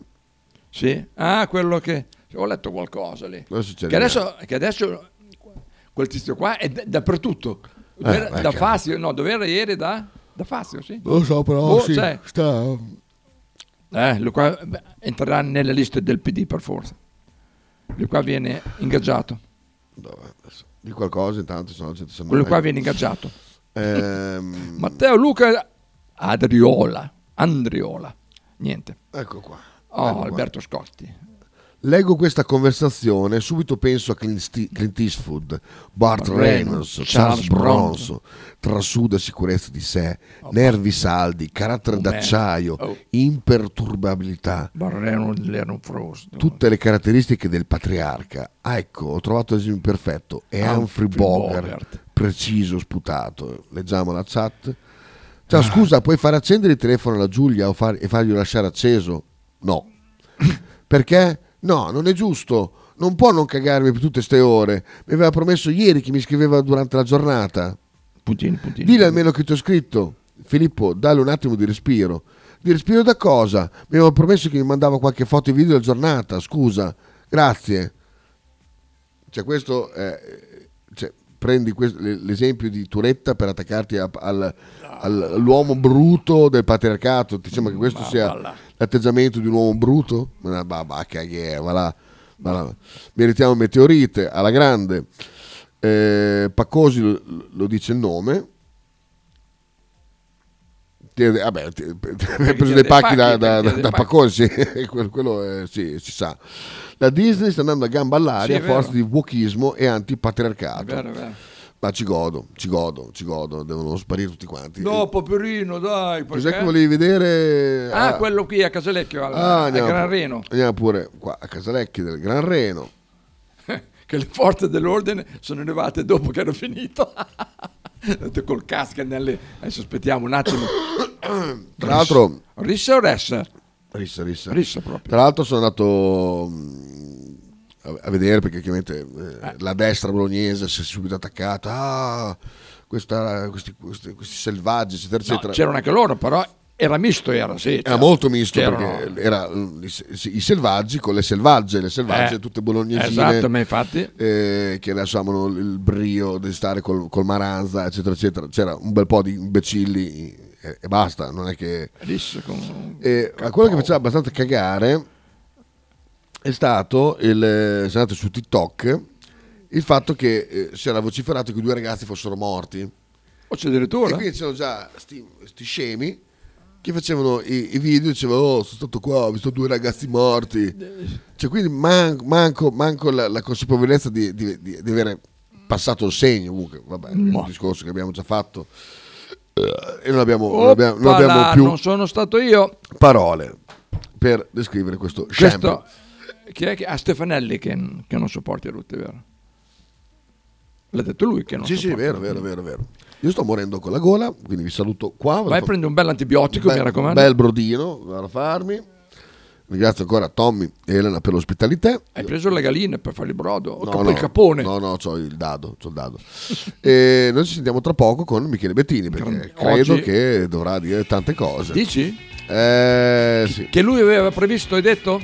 [SPEAKER 18] sì Ah, quello che ho letto qualcosa lì.
[SPEAKER 19] Adesso ci
[SPEAKER 18] Che
[SPEAKER 19] arriviamo.
[SPEAKER 18] adesso, che adesso quel tizio qua è da- dappertutto. Dov'era-
[SPEAKER 19] Eh, ma
[SPEAKER 18] da
[SPEAKER 19] che-
[SPEAKER 18] Fazio, no, dove era ieri da? Da Fazio, sì.
[SPEAKER 19] non lo so però
[SPEAKER 18] Boh,
[SPEAKER 19] sì,
[SPEAKER 18] cioè,
[SPEAKER 19] sta
[SPEAKER 18] eh, lui qua beh, entrerà nelle liste del PD per forza. Lui qua viene ingaggiato.
[SPEAKER 19] di qualcosa intanto sono sennò-
[SPEAKER 18] Quello qua viene ingaggiato.
[SPEAKER 19] Ehm,
[SPEAKER 18] Matteo Luca Adriola. Andriola. Niente.
[SPEAKER 19] Ecco qua.
[SPEAKER 18] Oh,
[SPEAKER 19] Ecco qua.
[SPEAKER 18] Alberto Scotti.
[SPEAKER 19] Leggo questa conversazione e subito penso a Clint, Sti- Clint Eastwood, Bart
[SPEAKER 18] Bart
[SPEAKER 19] Reynolds,
[SPEAKER 18] Reynolds,
[SPEAKER 19] Charles
[SPEAKER 18] Charles
[SPEAKER 19] Bronson, trasuda sicurezza di sé, nervi saldi, carattere
[SPEAKER 18] Oh, man.
[SPEAKER 19] d'acciaio,
[SPEAKER 18] Oh.
[SPEAKER 19] imperturbabilità,
[SPEAKER 18] Barreno Leron Frost.
[SPEAKER 19] tutte le caratteristiche del patriarca. Ah, ecco, ho trovato l'esempio perfetto. È
[SPEAKER 18] Humphrey
[SPEAKER 19] Humphrey Bogart,
[SPEAKER 18] Bogart.
[SPEAKER 19] preciso, sputato. Leggiamo la chat. Ciao, scusa, puoi far accendere il telefono alla Giulia o far- e farglielo lasciare acceso? No. Perché? No, non è giusto. Non può non cagarmi per tutte ste ore. Mi aveva promesso ieri che mi scriveva durante la giornata.
[SPEAKER 18] Puntini, puntini.
[SPEAKER 19] Dillo almeno che ti ho scritto. Filippo, dalle un attimo di respiro. Di respiro da cosa? Mi aveva promesso che mi mandava qualche foto e video della giornata. Scusa. Grazie. Cioè, questo è... cioè, prendi quest- l- l'esempio di Turetta per attaccarti a- al- al- all'uomo bruto del patriarcato. Ti sembra che questo
[SPEAKER 18] Ma
[SPEAKER 19] sia
[SPEAKER 18] va là.
[SPEAKER 19] l'atteggiamento di un uomo bruto? Ma va, va, caghiera, va là. va là. Meritiamo meteorite alla grande. Eh, Paccosi lo, lo dice il nome. Ti- eh, Vabbè, ti- hai preso dei
[SPEAKER 23] dei
[SPEAKER 19] pacchi da,
[SPEAKER 23] pacchi, perché
[SPEAKER 19] da, da-
[SPEAKER 23] dei
[SPEAKER 19] da
[SPEAKER 23] pacchi.
[SPEAKER 19] Paccosi, quello, quello, eh, sì, si sa. La Disney sta andando a gamba all'aria
[SPEAKER 18] Sì, è
[SPEAKER 19] a forza
[SPEAKER 18] vero.
[SPEAKER 19] di wokismo e antipatriarcato.
[SPEAKER 18] È vero, è vero.
[SPEAKER 19] Ma ci godo, ci godo, ci godo, devono sparire tutti quanti.
[SPEAKER 18] No, Paperino, dai. Perché?
[SPEAKER 19] Cos'è che volevi vedere?
[SPEAKER 18] Ah, quello qui a Casalecchio, al,
[SPEAKER 19] ah,
[SPEAKER 18] a
[SPEAKER 19] andiamo-
[SPEAKER 18] Gran Reno.
[SPEAKER 19] Andiamo pure qua a Casalecchi del Gran Reno.
[SPEAKER 18] Che le forze dell'ordine sono arrivate dopo che ero finito. Ho detto, Col casca nelle... Adesso aspettiamo un attimo.
[SPEAKER 19] Tra l'altro,
[SPEAKER 18] Rissa o Ressa?
[SPEAKER 19] Rissa, rissa.
[SPEAKER 18] Rissa proprio.
[SPEAKER 19] Tra l'altro sono andato mh, a- a vedere perché chiaramente eh, la destra bolognese si è subito attaccata. Ah, questa- questi, questi- questi selvaggi, eccetera,
[SPEAKER 18] No,
[SPEAKER 19] eccetera.
[SPEAKER 18] c'erano anche loro, però era misto, era, sì.
[SPEAKER 19] Era
[SPEAKER 18] c'era-
[SPEAKER 19] molto misto
[SPEAKER 18] c'erano-
[SPEAKER 19] perché era, mm, i, se- i selvaggi con le selvagge, le selvagge
[SPEAKER 18] Eh,
[SPEAKER 19] tutte bolognesine
[SPEAKER 18] esatto, ma infatti-
[SPEAKER 19] eh, che adesso amano il brio di stare col, col Maranza, eccetera, eccetera. C'era un bel po' di imbecilli eh, e basta, non è che...
[SPEAKER 18] Rissa con...
[SPEAKER 19] E a quello che faceva abbastanza cagare è stato il eh, se andate su TikTok il fatto che eh, si era vociferato che i due ragazzi fossero morti.
[SPEAKER 18] Oh, c'è addirittura?
[SPEAKER 19] E quindi c'erano già sti, sti scemi che facevano i, i video dicevano oh sono stato qua ho visto due ragazzi morti cioè quindi man- manco, manco la, la consapevolezza di, di- di- di avere passato il segno comunque vabbè è
[SPEAKER 18] Ma.
[SPEAKER 19] un discorso che abbiamo già fatto Eh, e non abbiamo, non abbiamo- non abbiamo
[SPEAKER 18] Oppala,
[SPEAKER 19] più
[SPEAKER 18] non sono stato io.
[SPEAKER 19] parole per descrivere questo, shampoo.
[SPEAKER 18] Questo, chi è che, a Stefanelli che, che non sopporta i rutti, vero? L'ha detto lui che non
[SPEAKER 19] sì sì
[SPEAKER 18] sopporta.
[SPEAKER 19] vero vero vero vero io sto morendo con la gola quindi vi saluto qua
[SPEAKER 18] Vai a prendere un bel antibiotico, mi
[SPEAKER 19] Bel-
[SPEAKER 18] raccomando.
[SPEAKER 19] Bel brodino, vado a farmi. Ringrazio ancora Tommy e Elena per l'ospitalità.
[SPEAKER 18] Hai preso la gallina per fare il brodo? Ho
[SPEAKER 19] No,
[SPEAKER 18] capito
[SPEAKER 19] no,
[SPEAKER 18] il capone.
[SPEAKER 19] No, no, c'ho il dado. c'ho il dado. e noi ci sentiamo tra poco con Michele Bettini perché
[SPEAKER 18] Gran-
[SPEAKER 19] credo
[SPEAKER 18] oggi-
[SPEAKER 19] che dovrà dire tante cose.
[SPEAKER 18] Dici?
[SPEAKER 19] Eh, sì.
[SPEAKER 18] Che lui aveva previsto, hai detto?